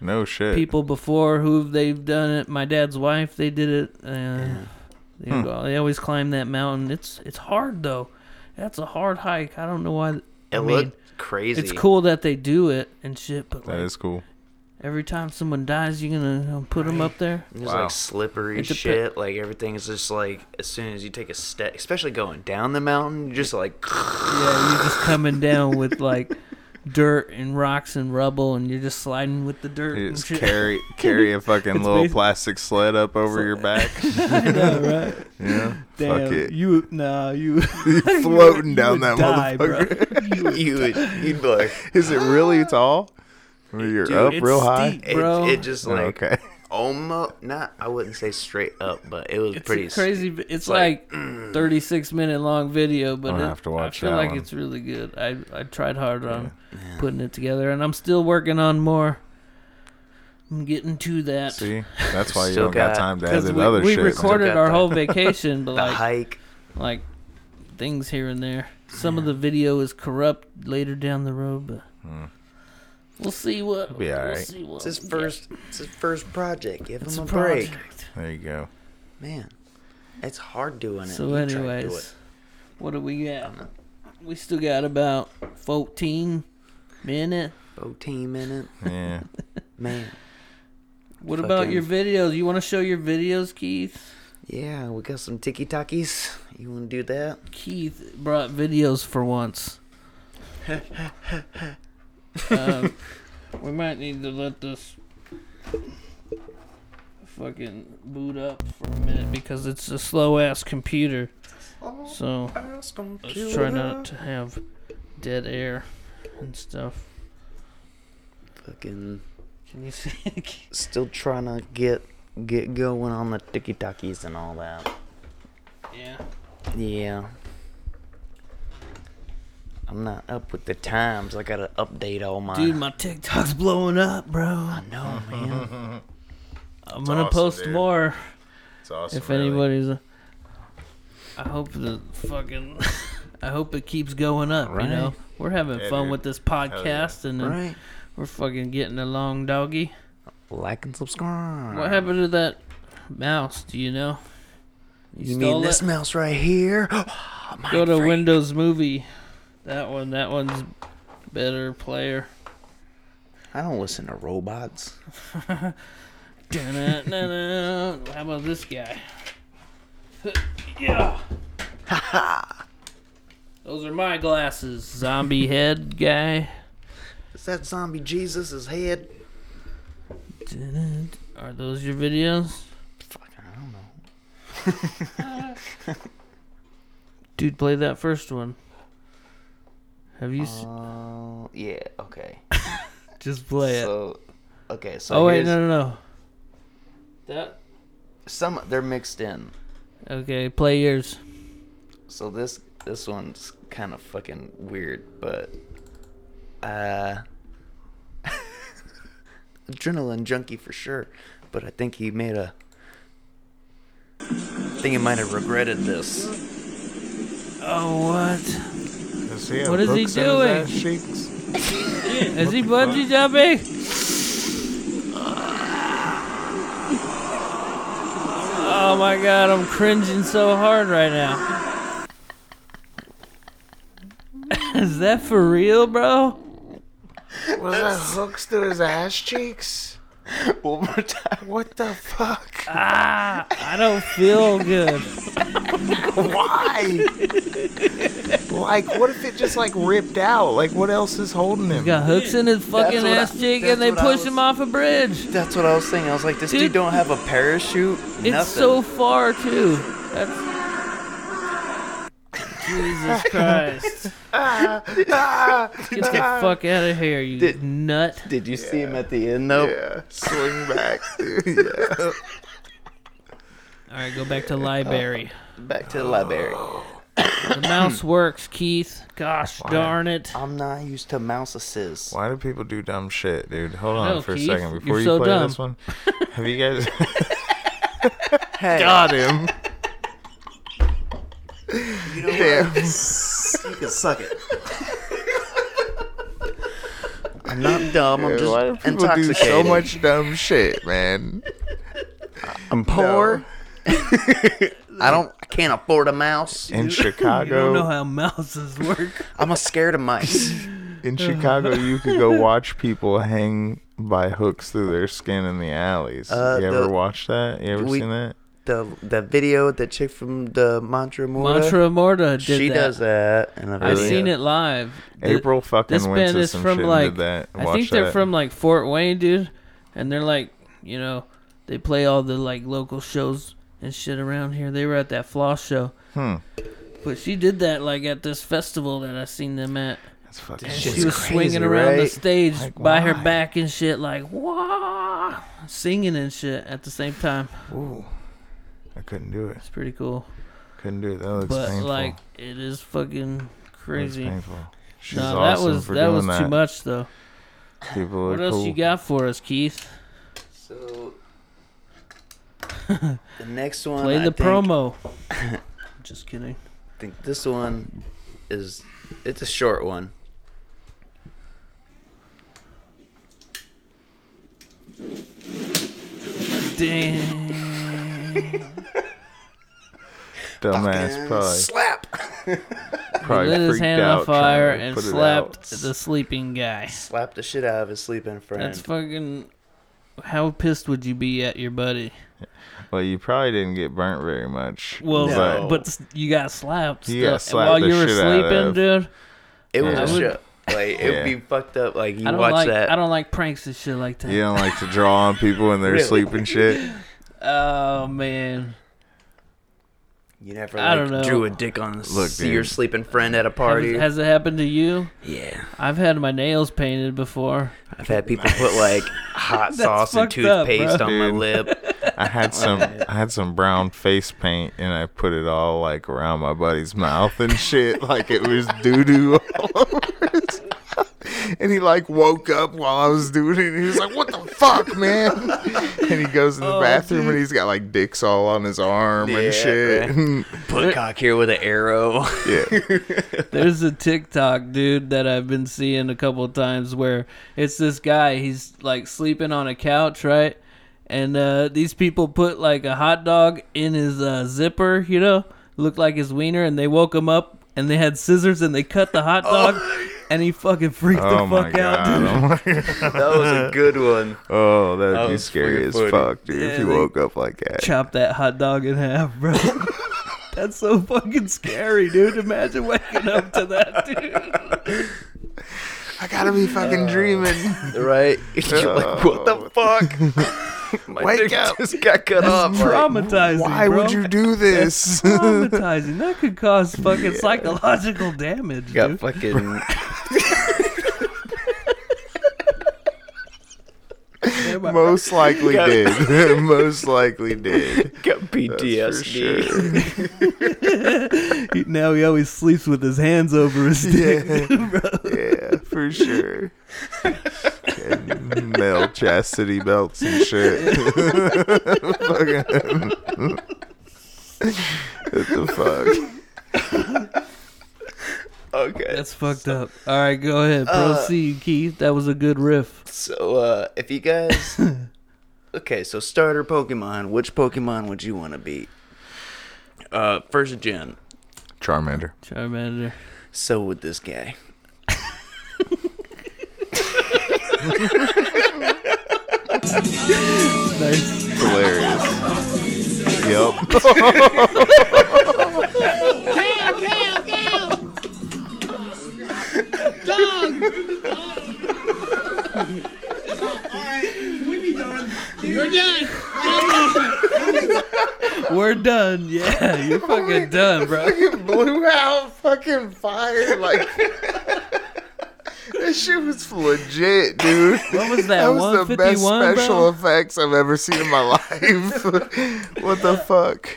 C: No shit.
B: people before who they've done it. My dad's wife, they did it. Uh, they,
C: Hmm.
B: they always climb that mountain. It's it's hard though. That's a hard hike. I don't know why.
A: It
B: I mean,
A: looked crazy.
B: it's cool that they do it and shit, but
C: That
B: like,
C: is cool.
B: every time someone dies, you're gonna uh, put them up there.
A: It was
C: Wow.
A: like slippery
B: It depe-
A: shit. Like everything is just like as soon as you take a step, especially going down the mountain, you're just like
B: Yeah, you're just coming down with like dirt and rocks and rubble, and you're just sliding with the dirt.
C: You
B: And
C: just
B: shit.
C: carry carry a fucking little
B: basi-
C: plastic sled up over your back.
B: I know, right?
C: Yeah.
B: Damn,
C: Fuck it.
B: you nah, you
C: You're floating down that
B: bro.
C: motherfucker.
A: you would you'd be like
C: Is it really tall? Where you're
A: Dude,
C: up
B: it's
C: real high.
B: steep.
A: it,
B: Bro.
A: it just
C: Oh,
A: like
C: okay.
A: almost not. I wouldn't say straight up, but it was
B: It's
A: pretty
B: pretty
A: s-
B: crazy. vi- It's like, 36 minute long video, but
C: mm. I'll
B: it,
C: have to watch
B: I feel
C: that
B: like
C: one.
B: it's really good. I I tried hard on putting it together, and I'm still working on more. I'm getting to that.
C: See, that's why you
A: Still
C: don't got,
A: got-
C: time to
B: 'Cause
C: edit
B: we,
C: other
B: we
C: shit. man.
B: recorded
A: got
B: our
A: the-
B: whole vacation, but
A: The
B: like
A: hike.
B: like things here and there. Some of the video is corrupt later down the road, but we'll see what
C: Hmm. be all
B: we'll
C: right.
B: see what
A: It's his
B: we get.
A: first. It's his first project. Give
B: oh, It's
A: him
B: a
A: a, break,
B: project.
C: There you go.
A: man. It's hard doing it.
B: So,
A: You try to do it.
B: anyways, what do we got? We still got about fourteen minute.
A: fourteen minute
C: Yeah.
A: man.
B: What about
A: Fucking-
B: your videos? You want to show your videos, Keith?
A: Yeah, we got some tiki takis. You want to do that?
B: Keith brought videos for once. um, we might need to let this fucking boot up for a minute because it's a slow ass computer. So
A: Oh,
B: let's try not to have dead air and stuff.
A: Fucking
B: Can you see?
A: still trying to get get going on the tiki takis and all that.
B: yeah.
A: Yeah. I'm not up with the times. I gotta update all my.
B: Dude, my TikTok's blowing up, bro.
A: no, man.
B: I'm gonna
C: awesome,
B: post
C: dude.
B: more.
C: It's awesome.
B: If anybody's, I hope the fucking, I hope it keeps going up.
A: Right.
B: You know, we're having
C: Yeah,
B: fun
C: dude.
B: with this podcast, and uh,
A: Right.
B: we're fucking getting along, doggy.
A: Like and subscribe.
B: What happened to that mouse? Do you know?
A: You, mean this mouse right here? Oh, My
B: Go to
A: friend.
B: Windows Movie. That one. That one's better player.
A: I don't listen to robots.
B: Da-na-na-na. How about this guy? yeah. Those are my glasses, zombie head guy.
A: Is that zombie Jesus' head?
B: Are those your videos?
A: Fuck, I don't know.
B: Dude, play that first one. Have you s-
A: Uh, yeah, okay.
B: just play it?
A: So, okay, so
B: Oh wait,
A: here's-
B: no, no, no. That
A: some they're mixed in.
B: okay? Play yours.
A: So this this one's kind of fucking weird, but uh adrenaline junkie for sure, but I think he made a I think he might have regretted this.
B: Oh what?
C: Does he have
B: What is he
C: hooks in his
B: doing?
C: ass cheeks?
B: Is he bungee jumping? Oh my god, I'm cringing so hard right now. Is that for real, bro?
C: Was that hooks to his ass cheeks?
A: One more time.
C: What the fuck?
B: Ah, I don't feel good.
C: Why? like, what if it just like ripped out? Like, what else is holding him?
B: Got hooks in his fucking
A: what I-
B: ass cheek,
A: that's
B: and they
A: what I
B: push
A: was-
B: him off a bridge.
A: That's what I was saying. I was like, this dude,
B: Dude.
A: don't have a parachute.
B: It's
A: nothing.
B: so far too. That's Jesus Christ!
C: Ah,
B: Get the fuck out of here, you
A: Did-
B: nut!
A: Did you see him at the end though?
C: yeah, swing back, dude. Yeah.
B: All right, go back to Library.
A: Back to the library.
B: The mouse works, Keith. Gosh darn it!
A: I'm not used to mouse assists.
C: Why do people do dumb shit, dude? Hold on
B: know,
C: for
B: Keith.
C: a second
B: You're
C: before you
B: so
C: play
B: dumb.
C: this one. Have you guys
A: Hey,
C: got him?
A: you know
C: Yeah.
A: what? You can suck it. I'm not dumb. I'm
C: Why do
A: just
C: people do
A: intoxicated.
C: so much dumb shit, man?
A: I'm poor. I don't. I can't afford a mouse.
C: In
B: You don't know
C: Chicago,
B: how mouses work.
A: I'm a scared of mice.
C: in Chicago, you could go watch people hang by hooks through their skin in the alleys.
A: Uh,
C: you ever
A: the-
C: watched that? You ever
A: we-
C: seen that?
A: the the video the chick from the Mantra Mora.
B: Mantra Morta did
A: she
B: that.
A: does that. Oh, And
B: I've
C: Really?
B: seen it live. Th-
C: April fucking
B: this
C: went
B: band
C: to
B: is
C: some
B: from
C: shit
B: like
C: and did that.
B: I
C: Watch
B: think they're
C: that.
B: from like Fort Wayne, dude, and they're like you know they play all the like local shows and shit around here. They were at that floss show.
C: Hmm.
B: But she did that like at this festival that I seen them at.
C: That's fucking
B: And
C: shit.
B: she was
A: crazy,
B: swinging around the
A: right?
B: stage
C: Like,
B: by her
C: why?
B: back and shit, like wah, singing and shit at the same time.
C: Ooh. I couldn't do it.
B: It's pretty cool,
C: Couldn't do it. That looks
B: but
C: painful.
B: like it is fucking
C: That looks
B: crazy.
C: painful. She's
B: No,
C: awesome
B: that was
C: for
B: that
C: doing
B: was
C: that.
B: too much though.
C: People
B: What
C: are
B: else
C: cool.
B: you got for us, Keith?
A: So the next one,
B: Play
A: I
B: the
A: think,
B: promo. Just kidding.
A: think this one is it's a short one.
B: Damn.
C: Dumbass probably,
A: Slap.
C: probably
B: Lit his
C: freaked
B: hand
C: out
B: on
C: trying
B: fire
C: to
B: and
C: put it out.
B: slapped the sleeping guy.
A: Slap the shit out of his sleeping friend.
B: That's fucking. How pissed would you be at your buddy?
C: Well, you probably didn't get burnt very much.
B: Well,
A: No.
B: but s- you got slapped.
C: You
B: still-
C: got slapped
B: while
C: the
B: you were
C: shit out
B: sleeping,
C: of.
B: dude.
A: it was
C: Yeah.
A: just
B: I would-
A: like it would be fucked up. Like you
B: I don't
A: watch
B: like.
A: that.
B: I don't like pranks and shit like that.
C: you don't like to draw on people when they're
A: Really?
C: asleep and shit.
B: Oh man.
A: you never like,
B: I don't know.
A: drew a dick on the
C: Look,
A: see your
C: dude.
A: sleeping friend at a
B: Has,
A: party.
B: has it happened to you?
A: yeah.
B: I've had my nails painted before.
A: I've had people put like hot sauce and
B: fucked up, bro.
A: toothpaste on my
C: Dude.
A: lip.
C: I had some I had some brown face paint and I put it all like around my buddy's mouth and shit like it was doo doo all over his and he like woke up while I was doing it and he was like, What the fuck, man? And he goes in
B: Oh,
C: the bathroom and he's got like dicks all on his arm
A: Yeah,
C: and shit.
A: Put cock here with an arrow.
C: yeah.
B: There's a TikTok dude that I've been seeing a couple of times where it's this guy. He's like sleeping on a couch, right? And uh, these people put like a hot dog in his uh, zipper, you know, looked like his wiener, and they woke him up and they had scissors and they cut the hot dog, and he fucking freaked
C: Oh
B: the
C: my
B: fuck out, dude.
C: god.
A: That was a good one.
C: oh, that'd
A: That
C: be
A: was
C: scary
A: freaking
C: as
A: funny.
C: fuck, dude,
B: Yeah,
C: if you
B: they-
C: woke up like that.
B: Chop that hot dog in half, bro. That's so fucking scary, dude. Imagine waking up to that, dude.
C: I gotta be fucking
B: Uh,
C: dreaming.
A: Right? You're like, what the fuck? My
C: Oh. Wake
A: dick
C: up.
A: just got cut off. Like,
B: Traumatizing.
C: Why
B: bro.
C: would you do this?
B: traumatizing. That could cause fucking psychological damage,
A: got
B: dude.
A: fucking.
C: Most likely did. Most likely did.
A: got
C: That's for
A: PTSD.
C: sure.
B: He- now he always sleeps with his hands over his dick.
C: Yeah, for sure. And male chastity belts and shit. Fucking- what the fuck?
A: Okay.
B: That's fucked up. All right, go ahead.
A: Uh,
B: Proceed, Keith. That was a good riff.
A: so, uh, if you guys. okay, so starter Pokemon. Which Pokemon would you want to be? Uh, first gen.
C: Charmander.
B: Charmander.
A: So would this guy.
B: Nice.
C: Hilarious. Yep.
B: We're done. Yeah, you're fucking done, bro.
C: blew out fucking fire. Like that shit was legit, dude.
B: What was that?
C: That was the best
B: 151,
C: special
B: bro?
C: effects I've ever seen in my life. what the fuck?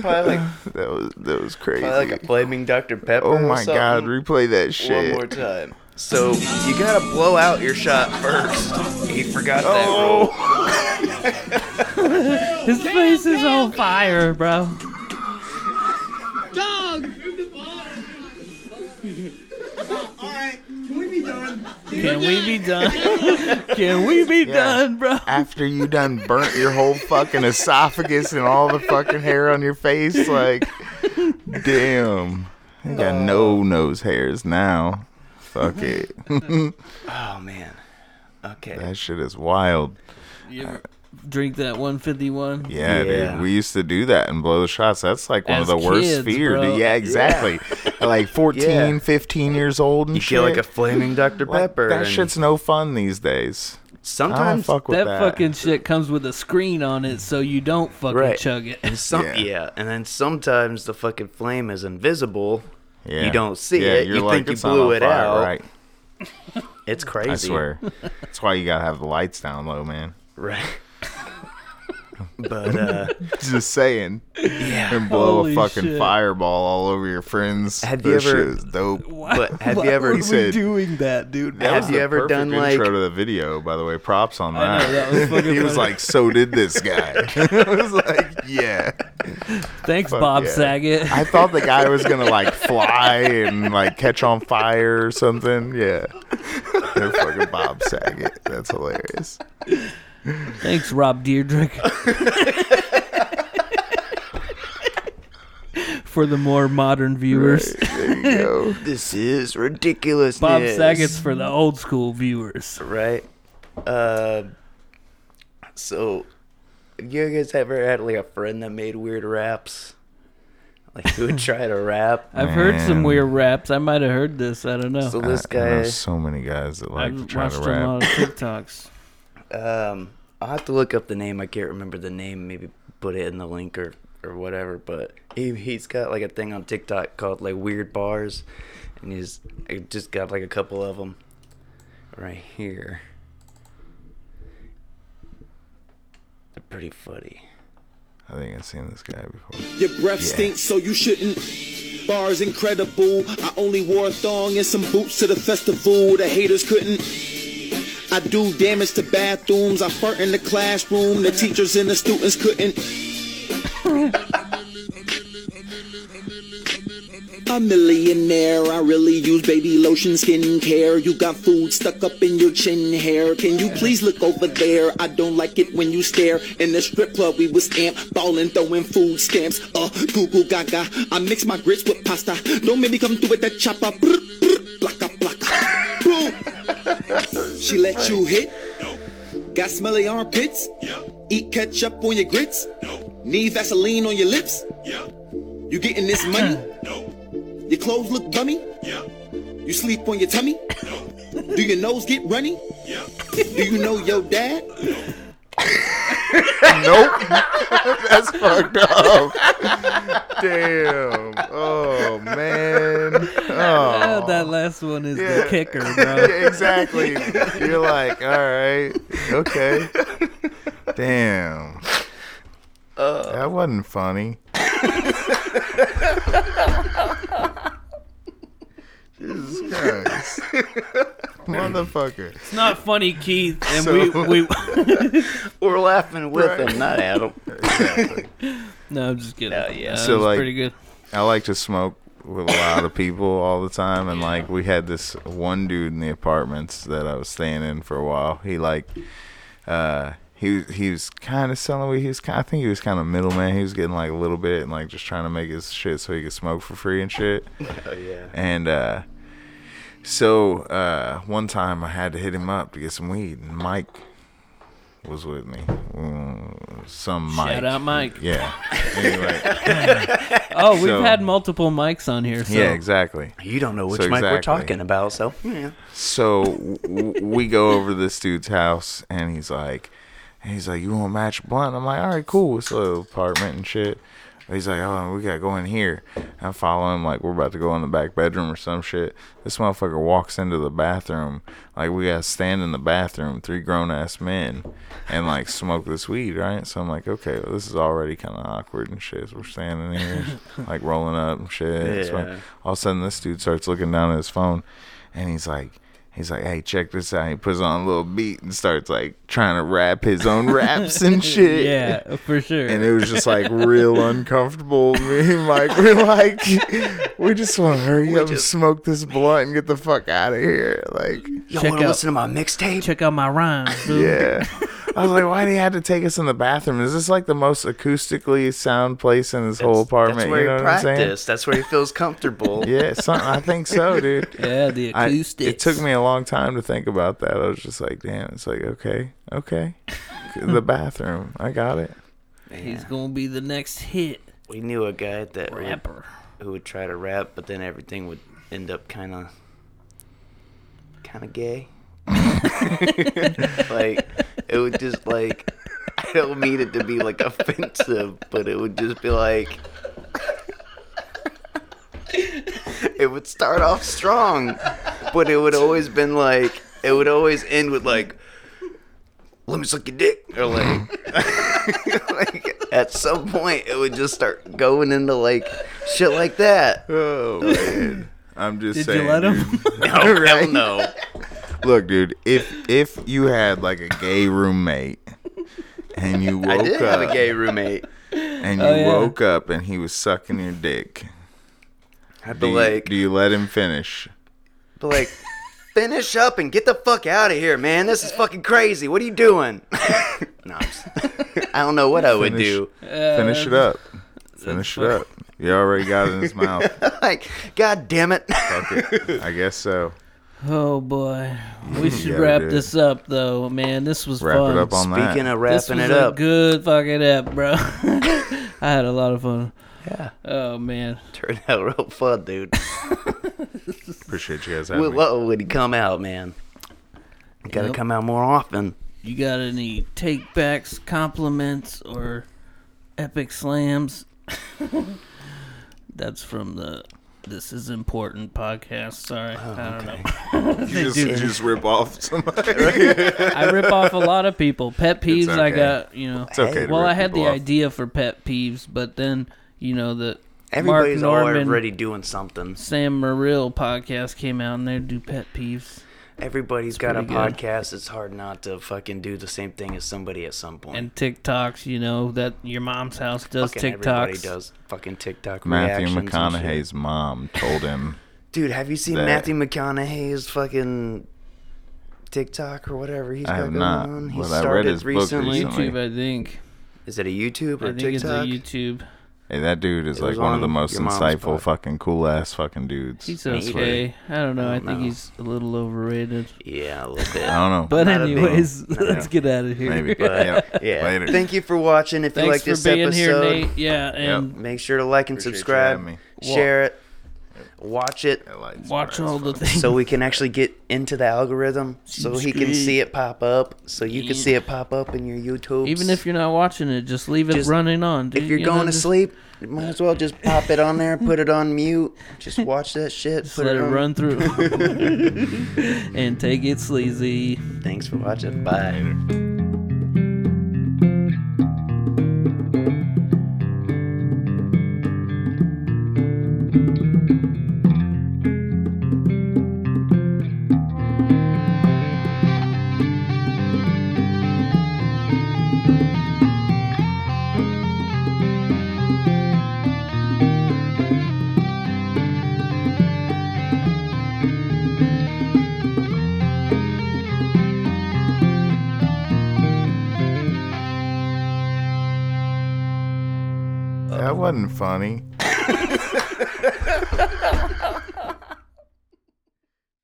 A: Probably like,
C: That was that was crazy.
A: probably like a flaming Dr. Pepper.
C: oh
A: or
C: my
A: something.
C: god, replay that
A: One
C: shit.
A: more time. So you gotta blow out your shot first. He forgot that rule.
C: Oh,
B: His face is on fire, bro. Can we be done? Can we be done, bro?
C: after you done burnt your whole fucking esophagus and all the fucking hair on your face, like, damn, I got no
A: Uh.
C: nose hairs now. Fuck it.
A: Oh man. Okay.
C: That shit is wild.
B: You ever drink that 151?
C: Yeah,
A: Yeah.
C: dude. We used to do that and blow the shots. That's like one
B: As
C: of the worst
B: kids,
C: fears.
B: bro.
C: Yeah, exactly. like 14,
A: Yeah.
C: 15 years old and
A: you
C: shit.
A: feel like a flaming Dr.
C: Like,
A: Pepper.
C: that
A: and
C: shit's no fun these days. I don't
A: sometimes
C: fuck with
B: That,
C: that.
B: fucking shit comes with a screen on it, so you don't fucking
A: Right.
B: chug it.
A: some,
C: Yeah.
A: yeah. and then sometimes the fucking flame is invisible.
C: Yeah.
A: you don't see
C: Yeah,
A: it.
C: you're
A: You
C: like,
A: think you
C: "It's not
A: blew
C: on
A: it
C: fire,"
A: out.
C: Right.
A: It's crazy.
C: I swear. That's why you gotta have the lights down low, man.
A: Right. but uh
C: Just saying.
A: yeah.
C: And blow
B: Holy
C: a fucking
B: shit.
C: fireball all over your friends.
A: Have you
C: That
A: ever-
C: shit is dope.
B: Why,
A: But have
B: why
A: you ever-
B: were
A: He
B: we
C: said-
B: doing that, dude?
C: That
A: Have
C: was
A: you
C: the
A: ever
C: perfect
A: done,
C: intro
A: like-
C: to the video, by the way. Props on that.
B: I know, that was fucking
C: he was
B: funny.
C: like, "So did this guy." I was like, "Yeah."
B: Thanks,
C: fuck
B: Bob
C: yeah.
B: Saget.
C: I thought the guy was gonna like fly and like catch on fire or something. Yeah, They're fucking Bob Saget. That's hilarious.
B: Thanks, Rob Deerdrick. For the more modern viewers,
C: There you go.
A: This is ridiculous.
B: Bob Saget's for the old school viewers.
A: right? Uh, so, have you guys ever had like a friend that made weird raps? Like who would try to rap?
B: I've heard some
C: Man.
B: weird raps. I might have heard this. I don't know.
A: So
C: I-
A: this
C: I know
A: guy,
C: so many guys that like to
B: I've
C: try to
B: watched him on
C: rap.
B: TikToks.
A: um, I'll have to look up the name. I can't remember the name. Maybe put it in the link or or whatever. But he he's got like a thing on TikTok called like weird bars, and he's I just got like a couple of them right here. They're pretty funny.
C: I think I've seen this guy before.
E: Your breath stinks, so you shouldn't. Bars incredible. I only wore a thong and some boots to the festival. The haters couldn't. I do damage to bathrooms. I fart in the classroom. The teachers and the students couldn't. A millionaire, I really use baby lotion, skin care. You got food stuck up in your chin hair. Can you please look over there? I don't like it when you stare. In the strip club, we was amped, ballin', throwing food stamps. Uh, goo goo gaga. I mix my grits with pasta. Don't make me come through with that chopper. Brr, brr, blacka, blacka. Boom. She let you hit. Got smelly armpits. Eat ketchup on your grits. Need Vaseline on your lips. You getting this money? Your clothes look gummy? You sleep on your tummy? Do your nose get runny? Do you know your dad?
C: Nope, that's fucked up. Damn. Oh man. Oh.
B: Ah, that last one is the
C: Yeah.
B: kicker, bro.
C: Yeah, exactly. You're like, all right, okay. Damn. that wasn't funny. Jesus Christ. Motherfucker.
B: It's not funny, Keith. And
C: So-
B: we, we
A: We're laughing with
C: Right.
A: him, not at him.
B: no, I'm just kidding. yeah, that
C: So,
B: was
C: like-
B: pretty good.
C: I like to smoke with a lot of people all the time, and like we had this one dude in the apartments that I was staying in for a while. He like, uh, he he was kind of selling weed. He was kind, I think he was kind of middleman. He was getting like a little bit and like just trying to make his shit so he could smoke for free and shit.
A: Oh yeah.
C: And uh, so uh, one time I had to hit him up to get some weed, and Mike was with me. Mm, Some Mike.
B: Shout out Mike.
C: Yeah. Anyway.
B: Oh, we've
C: So-
B: had multiple mics on here. So.
C: Yeah, exactly.
A: You don't know which
C: So
A: mic we're
C: exactly.
A: talking about, so yeah.
C: So w- w- we go over to this dude's house, and he's like, and he's like, you want to match blunt? I'm like, all right, cool. It's a little apartment and shit. And He's like, oh, we gotta go in here. I follow him like we're about to go in the back bedroom or some shit. This motherfucker walks into the bathroom like we gotta stand in the bathroom, three grown ass men, and like smoke this weed, right? So I'm like, okay, well, this is already kind of awkward and shit. So we're standing here, like rolling up and shit. So
A: Yeah.
C: all of a sudden, this dude starts looking down at his phone, and he's like, he's like, hey, check this out. He puts on a little beat and starts like trying to rap his own raps and shit.
B: Yeah, for sure.
C: And it was just like real uncomfortable. Me and Mike were like, we just want to hurry up and smoke this blunt and get the fuck out of here. Like,
A: You
B: Check
A: want to
B: out-
A: listen to my mixtape?
B: Check out my rhymes, dude.
C: yeah. I was like, why do you have to take us in the bathroom? Is this like the most acoustically sound place in this whole apartment?
A: That's where
C: you know
A: he
C: what I'm saying?
A: practiced. That's where he feels comfortable.
C: Yeah, some, I think so, dude.
B: Yeah, the
C: I-
B: acoustics.
C: it took me a long time to think about that. I was just like, damn, it's like, okay, okay. the bathroom. I got it.
B: He's gonna be the next hit
A: We knew a guy that would-
B: rapper.
A: who would try to rap, but then everything would end up kind of, kind of gay. like it would just like I don't mean it to be like offensive, but it would just be like it would start off strong, but it would always been like it would always end with like let me suck your dick or like like at some point it would just start going into like shit like that.
C: Oh man. I'm just
B: Did
C: saying.
B: you let
C: dude.
B: him?
A: No, hell no.
C: Look, dude, if if you had like a gay roommate and you woke
A: I did
C: up
A: have a gay roommate.
C: and you
B: Oh, yeah.
C: woke up and he was sucking your dick,
A: I'd
C: do
A: be
C: you,
A: like,
C: do you let him finish?
A: be like, finish up and get the fuck out of here, man. This is fucking crazy. What are you doing? no, I'm just, I don't know what I would
C: Finish.
A: do.
C: Finish it up. Finish it up. You already got it in his mouth.
A: like, god damn it.
C: Fuck it. I guess so.
B: Oh boy, we should
C: Yeah,
B: wrap
C: dude.
B: this up though, man. This was
C: Wrap
B: fun.
C: it up on that.
A: Speaking of
B: this
A: wrapping
B: was
A: it
B: a
A: up,
B: good fucking up, bro. I had a lot of fun. Yeah. Oh man.
A: turned out real fun, dude.
C: Appreciate you guys having
A: What
C: me.
A: what would he come out, man? Gotta
B: Yep.
A: come out more often.
B: You got any take backs, compliments, or epic slams? That's from the This Is Important podcast. Sorry. I don't know.
C: You just, you just rip off somebody.
B: I rip off a lot of people. Pet peeves I
C: okay.
B: got, you know.
C: It's okay. to
B: well,
C: rip
B: I had the
C: people off.
B: idea for pet peeves, but then, you know, the
A: Everybody's
B: Mark Norman,
A: already doing something.
B: Sam Morrill podcast came out and they do pet peeves.
A: Everybody's got a
B: pretty good.
A: podcast. It's hard not to fucking do the same thing as somebody at some point.
B: And TikToks, you know, that your mom's house does
A: fucking everybody
B: TikToks.
A: does fucking TikTok
C: Matthew
A: reactions and shit.
C: McConaughey's mom told him.
A: Dude, have you seen
C: that-
A: Matthew McConaughey's fucking TikTok or whatever he's
C: I
A: got
C: have
A: going
C: not,
A: on? He
C: but I read
A: started
C: his book
A: recently.
C: recently.
B: YouTube, I think.
A: Is it a YouTube
B: I
A: or
B: think
A: TikTok?
B: it's a YouTube.
C: Hey, that dude is
A: It
C: like
A: was
C: one of
A: on
C: the most
A: your mom's
C: insightful,
A: pod.
C: fucking cool ass fucking dudes.
B: He's
A: Maybe.
B: okay. I don't know. I,
A: don't
B: think
A: know.
B: he's a little overrated.
A: yeah, a little bit.
C: I don't know.
B: But
A: Not a big-
B: anyways,
A: not
B: let's get out of here.
C: maybe.
A: But,
C: yeah.
A: yeah.
C: Later.
A: Thank you for watching. If you
B: Thanks
A: like
B: for
A: this
B: being
A: episode,
B: here, Nate. Yeah, and
A: make sure to like and
C: Appreciate you having
A: subscribe,
C: me.
A: share it, watch it,
C: That light's
B: watch
C: bright as
B: all the
C: fuck.
B: things.
A: so we can actually get into the algorithm, so he can see it pop up, so you can
B: Yeah.
A: see it pop up in your YouTube.
B: Even if you're not watching it, just leave it
A: Just-
B: running on. Dude.
A: If you're
B: You know,
A: going to
B: just-
A: sleep, you might as well just pop it on there, put it on mute, just watch that shit.
B: just
A: put
B: let it
A: on-
B: run through and take it sleazy.
A: Thanks for watching. Bye.
C: That wasn't funny.